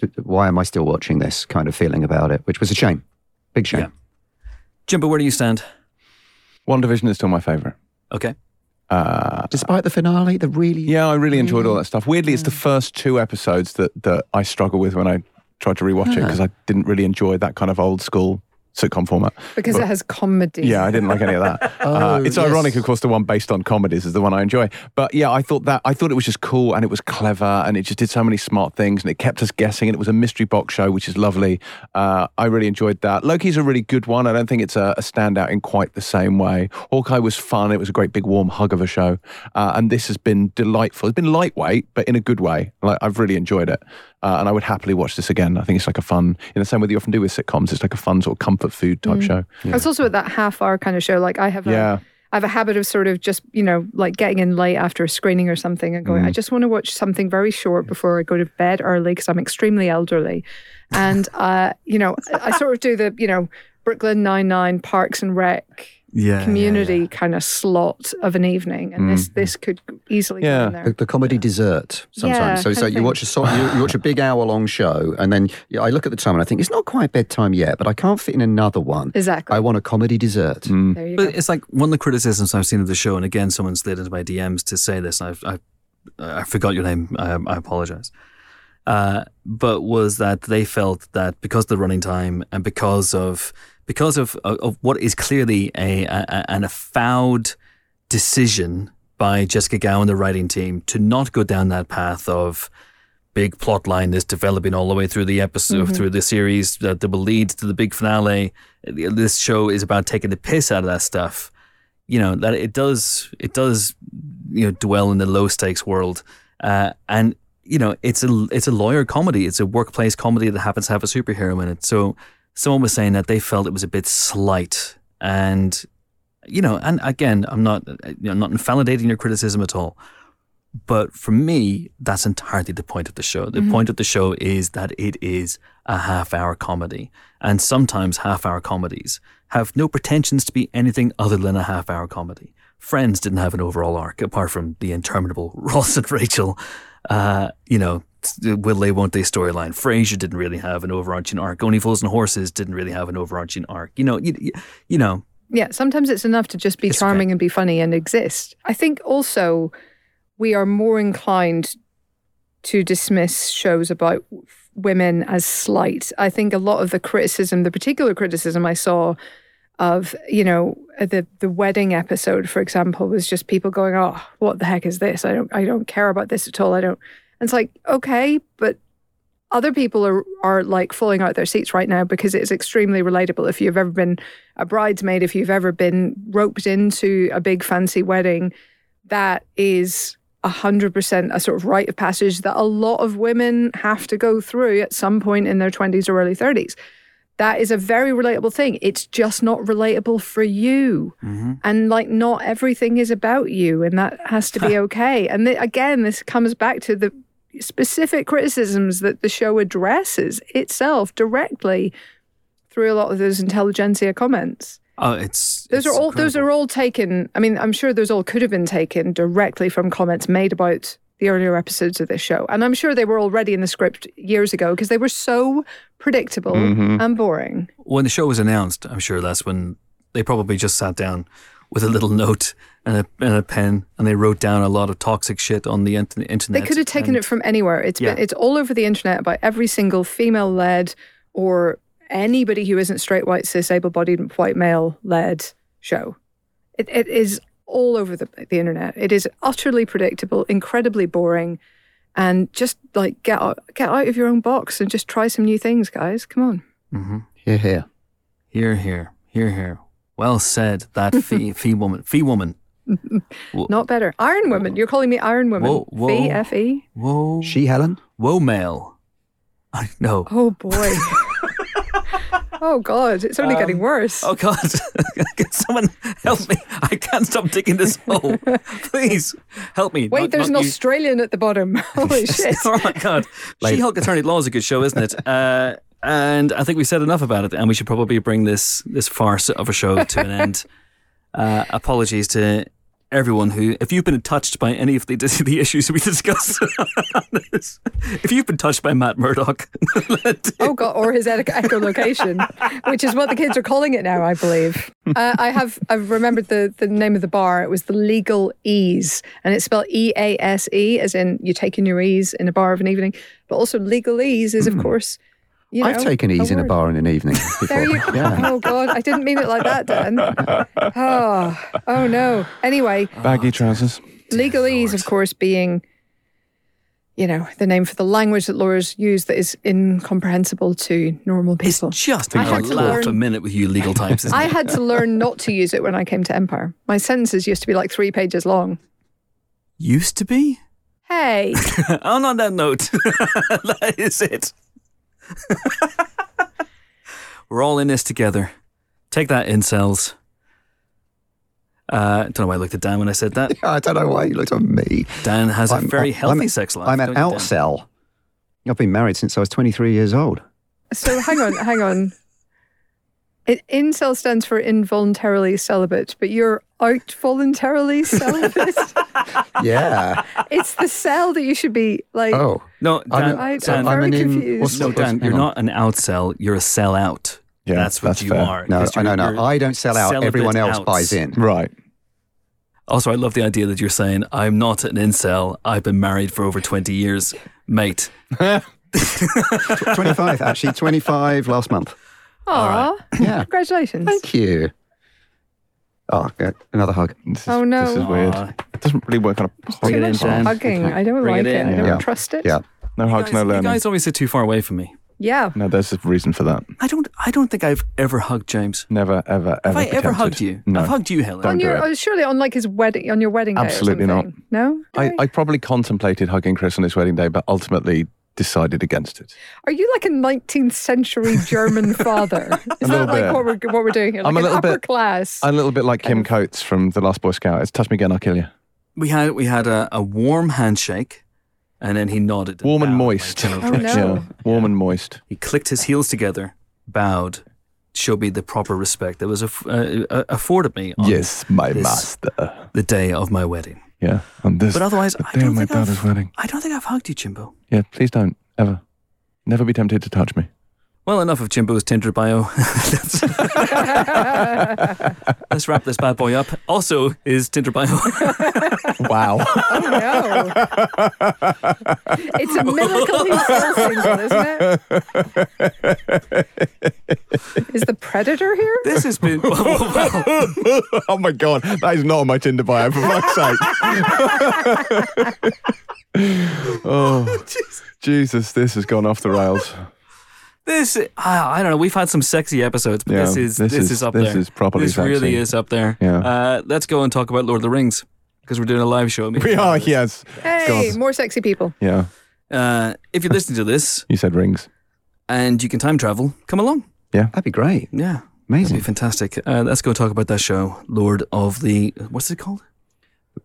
C: d- why am I still watching this kind of feeling about it, which was a shame. Big shame.
A: Yeah. Jumper, where do you stand?
D: One Division is still my favorite.
A: Okay,
D: Uh,
C: Despite the finale, the really.
D: yeah, I really enjoyed
B: Mm.
D: all that stuff. Weirdly, it's the first two episodes that, that I struggle with when I tried to rewatch it because I didn't really enjoy that kind of old school sitcom format.
B: Because it has comedy.
D: Yeah, I didn't like any of that. uh,
C: Oh,
D: it's
C: yes.
D: ironic, of course, the one based on comedies is the one I enjoy. But yeah, I thought that I thought it was just cool and it was clever and it just did so many smart things and it kept us guessing and it was a mystery box show, which is lovely. Uh, I really enjoyed that. Loki's a really good one. I don't think it's a, a standout in quite the same way. Hawkeye was fun. It was a great big warm hug of a show, uh, and this has been delightful. It's been lightweight, but in a good way. Like I've really enjoyed it, uh, and I would happily watch this again. I think it's like a fun, in the same way that you often do with sitcoms. It's like a fun sort of comfort food
C: Mm.
D: type show.
B: It's also at that half hour kind of show. Like I have a I
D: Yeah.
B: have a habit of sort of just, you know, like getting in late after a screening or something and going, I just want to watch something very short before I go to bed early because I'm extremely elderly. And, uh, you know, I I sort of do the, you know, Brooklyn Nine-Nine, Parks and Rec,
A: yeah,
B: community kind of slot of an evening. And this this could easily
D: Yeah.
B: go in
C: The,
B: there.
C: the comedy dessert sometimes.
B: Yeah,
C: so it's like you
B: something.
C: watch a so- you, you watch a big hour long show, and then yeah, I look at the time and I think it's not quite bedtime yet, but I can't fit in another one.
B: Exactly.
C: I want a comedy dessert.
A: Mm.
B: there you go.
A: But it's like one of the criticisms I've seen of the show, and again, someone slid into my DMs to say this, and I've, I, I forgot your name. I, I apologize. Uh, but was that they felt that because of the running time and because of because of of what is clearly a, a a- an avowed decision by Jessica Gow and the writing team to not go down that path of big plot line that's developing all the way through the episode,
B: Mm-hmm.
A: through the series that, that will lead to the big finale. This show is about taking the piss out of that stuff. You know that it does. It does. You know, dwell in the low stakes world, uh, and you know it's a it's a lawyer comedy. It's a workplace comedy that happens to have a superhero in it. So someone was saying that they felt it was a bit slight, and you know, and again, I'm not you know, I'm not invalidating your criticism at all. But for me, that's entirely the point of the show. The point of the show is that it is a half hour comedy. And sometimes half hour comedies have no pretensions to be anything other than a half hour comedy. Friends didn't have an overall arc apart from the interminable Ross and Rachel, uh, you know, will they, won't they storyline. Frasier didn't really have an overarching arc. Only Fools and Horses didn't really have an overarching arc. You know, you, you- you know,
B: Yeah, sometimes it's enough to just be
A: It's okay.
B: charming and be funny and exist. I think also we are more inclined to dismiss shows about w- women as slight. I think a lot of the criticism, the particular criticism I saw of, you know, the the wedding episode, for example, was just people going, "Oh, what the heck is this? I don't I don't care about this at all. I don't." And it's like, okay, but other people are are like falling out their seats right now because it's extremely relatable. If you've ever been a bridesmaid, if you've ever been roped into a big fancy wedding, that is hundred percent a sort of rite of passage that a lot of women have to go through at some point in their twenties or early thirties. That is a very relatable thing. It's just not relatable for you. And like, not everything is about you, and that has to be okay. And th- again, this comes back to the specific criticisms that the show addresses itself directly through a lot of those intelligentsia comments.
A: Oh, it's
B: Those
A: it's
B: are all those
A: incredible.
B: are all taken. I mean, I'm sure those all could have been taken directly from comments made about the earlier episodes of this show, and I'm sure they were already in the script years ago because they were so predictable
A: Mm-hmm.
B: and boring.
A: when the show was announced. I'm sure that's when they probably just sat down with a little note and a, and a pen and they wrote down a lot of toxic shit on the int- internet.
B: They could have taken it from anywhere. It's
A: Yeah.
B: been, it's all over the internet about every single female led or anybody who isn't straight, white, cis, able bodied, white male led show. It, it is all over the, the internet. It is utterly predictable, incredibly boring, and just like get out, get out of your own box and just try some new things, guys. Come on.
A: Mm-hmm.
C: Here, here.
A: Here, here, here, here. Well said, that fee, fee woman, fee woman.
B: Not better. Iron Woman. You're calling me Iron Woman.
A: Whoa, whoa.
B: VFE.
A: Whoa,
C: She, Helen?
A: whoa, male. I know.
B: Oh, boy. oh, God. It's only getting worse.
A: Oh God! Can someone help me? I can't stop digging this hole. Please help me.
B: Wait, there's an
A: no.
B: Australian at the bottom. Holy shit.
A: oh my god. She Hulk Attorney at Law is a good show, isn't it? Uh, and I think we said enough about it, and we should probably bring this this farce of a show to an end. Uh, apologies to everyone who, if you've been touched by any of the the issues we discussed, on this, if you've been touched by Matt Murdock, let-
B: Oh god, or his ec- echolocation, which is what the kids are calling it now, I believe. Uh, I have I've remembered the the name of the bar. It was the Legal Ease, and it's spelled E A S E, as in you're taking your ease in a bar of an evening. But also Legal Ease is, of course, you know,
C: Hmm. I've taken ease in a
B: word.
C: bar in an evening before.
B: There you
C: yeah.
B: Oh god, I didn't mean it like that, Dan. Oh, oh no. Anyway,
A: Oh,
D: Baggy trousers.
B: Legalese, of course, being, you know, the name for the language that lawyers use that is incomprehensible to normal
A: it's
B: people.
A: just
B: I
A: a
B: had to
A: laugh a
B: learn-
A: minute with you legal types. Isn't
B: I
A: it?
B: had to learn not to use it when I came to Empire. My sentences used to be like three pages long.
A: Used to be.
B: Hey,
A: and on that note, that is it. We're all in this together. Take that, incels. Uh, don't know why I looked at Dan when I said that.
C: I don't know why you looked at me.
A: Dan has a very healthy
C: I'm-
A: sex life.
C: I'm an
A: don't you, Dan?
C: outcell. I've been married since I was 23 years old.
B: so hang on, hang on. It, incel stands for involuntarily celibate, but you're out voluntarily celibate.
C: Yeah.
B: it's the cell that you should be like.
C: Oh.
A: No,
C: I'm,
A: Dan,
B: I-
C: an-
B: I'm
C: so
A: Dan,
B: very
C: an in-
B: confused.
C: what's-
A: no,
C: what's-
A: Dan,
C: hang
A: you're
C: on.
A: not an outcell. You're a sellout.
D: Yeah,
A: that's what
D: that's
A: you
D: fair.
A: are.
C: No,
A: 'cause
C: I
A: you're-
C: no, no.
A: you're
C: I don't sell out.
A: celibate
C: Everyone else
A: outs.
C: buys in.
D: Right.
A: Also, I love the idea that you're saying, I'm not an incel. I've been married for over 20 years. Mate,
C: 25, actually, 25 last month.
B: Aw,
C: Yeah.
B: congratulations.
C: Thank you. Oh, good. another hug.
D: This is-
B: Oh, no.
D: This is weird.
A: Aw.
D: It doesn't really work on a
A: Bring
B: Too
A: it in,
B: much
A: Dan.
B: hugging. I don't
A: Bring it
B: like it.
A: in.
B: I don't
C: Yeah.
B: trust it.
C: Yeah.
D: no hugs,
A: guys,
D: no
A: you
D: learning.
A: guys always sit too far away from me.
B: Yeah.
D: No, there's a reason for that.
A: I don't. I don't think I've ever hugged James.
D: Never, ever,
A: Have
D: ever.
A: I ever
D: pretended.
A: hugged you?
D: No.
A: I've hugged you, Helen.
B: on
D: do
B: your
D: it.
B: oh, surely on like his wedding on your wedding day or
D: Absolutely not.
B: something. no
D: I, I probably contemplated hugging Chris on his wedding day, but ultimately decided against it.
B: are you like a 19th century german father is
D: little
B: that like
D: bit.
B: what we're what we're doing here like
D: I'm a
B: an
D: little
B: upper
D: bit-
B: class
D: A little bit like Kim Coates from The Last Boy Scout. It's touch me again, I'll kill you.
A: We had we had a, a warm handshake, and then he nodded.
D: Warm and
A: bowed in my
D: moist.
A: general
B: Oh,
A: direction.
B: no.
D: Yeah, warm and moist.
A: He clicked his heels together, bowed, showed me the proper respect that was aff- uh, uh, afforded me. On
D: my
A: this-
D: master.
A: The day of my wedding,
D: Yeah, on this.
A: but otherwise,
D: the
A: I
D: day of
A: don't
D: my
A: think I've-
D: brother's wedding.
A: I don't think I've hugged you, Jimbo.
D: Yeah, please don't ever, never be tempted to touch me.
A: Well, enough of Jimbo's Tinder bio. let's, let's wrap this bad boy up. Also, his Tinder bio.
D: Wow.
B: oh no it's a miracle he's still single isn't it is the predator here
A: this has been.
D: oh my god, that is not on my Tinder bio for fuck's sake. oh, Jesus, this has gone off the rails.
A: This I I don't know. We've had some sexy episodes, but
D: Yeah,
A: this is this,
D: this
A: is,
D: is-
A: up
D: this
A: there.
D: is properly
A: This really
D: sexy.
A: is up there.
D: Yeah.
A: Uh, let's go and talk about Lord of the Rings because we're doing a live show.
D: We are, yes.
B: hey
D: God.
B: more sexy people
D: Yeah,
A: Uh, if you're listening to this
D: you said rings.
A: and you can time travel, come along.
C: That'd be great.
A: Yeah, that'd be
C: Amazing.
A: fantastic. Uh, let's go talk about that show, Lord of the. What's it called?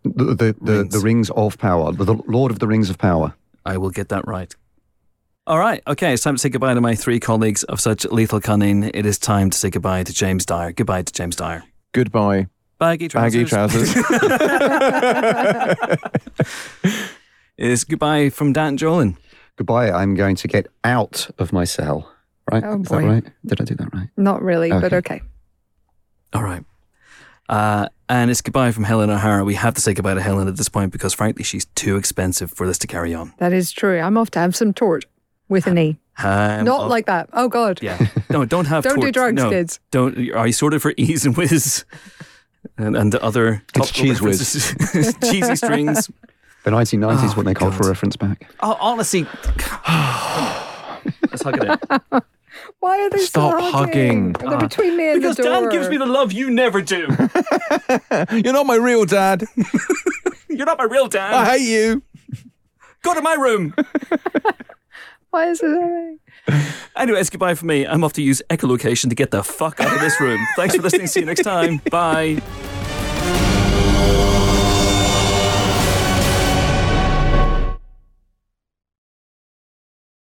C: The, the, the,
A: Rings.
C: the rings of power, the, the Lord of the Rings of Power.
A: I will get that right. All right. Okay. It's time to say goodbye to my three colleagues of such lethal cunning. It is time to say goodbye to James Dyer. Goodbye to James Dyer.
D: Goodbye,
A: Baggy trousers.
D: baggy trousers.
A: It is goodbye from Dan Jolin.
C: Goodbye. I'm going to get out of my cell. Right?
B: Oh,
C: Is
B: boy.
C: that right? Did I do that right?
B: Not really, but okay.
A: All right. Uh, and it's goodbye from Helen O'Hara. We have to say goodbye to Helen at this point because, frankly, she's too expensive for this to carry on.
B: That is true. I'm off to have some tort with an E.
A: Um,
B: Not
A: of-
B: like that. Oh, God.
A: Yeah. No, don't have
B: Don't do
A: tort-
B: drugs,
A: no,
B: kids.
A: Don't. Are you sorted for ease and whiz? And, and the other
D: It's
A: topical
D: cheese whiz.
A: references. cheesy strings.
C: The 1990s,
A: Oh,
C: what they called
A: God.
C: for reference back.
A: Oh, honestly, let's hug it in.
B: Why are they
D: Stop
B: so hugging?
D: hugging.
B: They're between me and
A: Because
B: the door.
A: Dan gives me the love you never do.
D: You're not my real dad.
A: You're not my real Dan.
D: I hate you.
A: Go to my room.
B: Why is it happening?
A: Anyway, it's goodbye for me. I'm off to use echolocation to get the fuck out of this room. Thanks for listening. See you next time. Bye.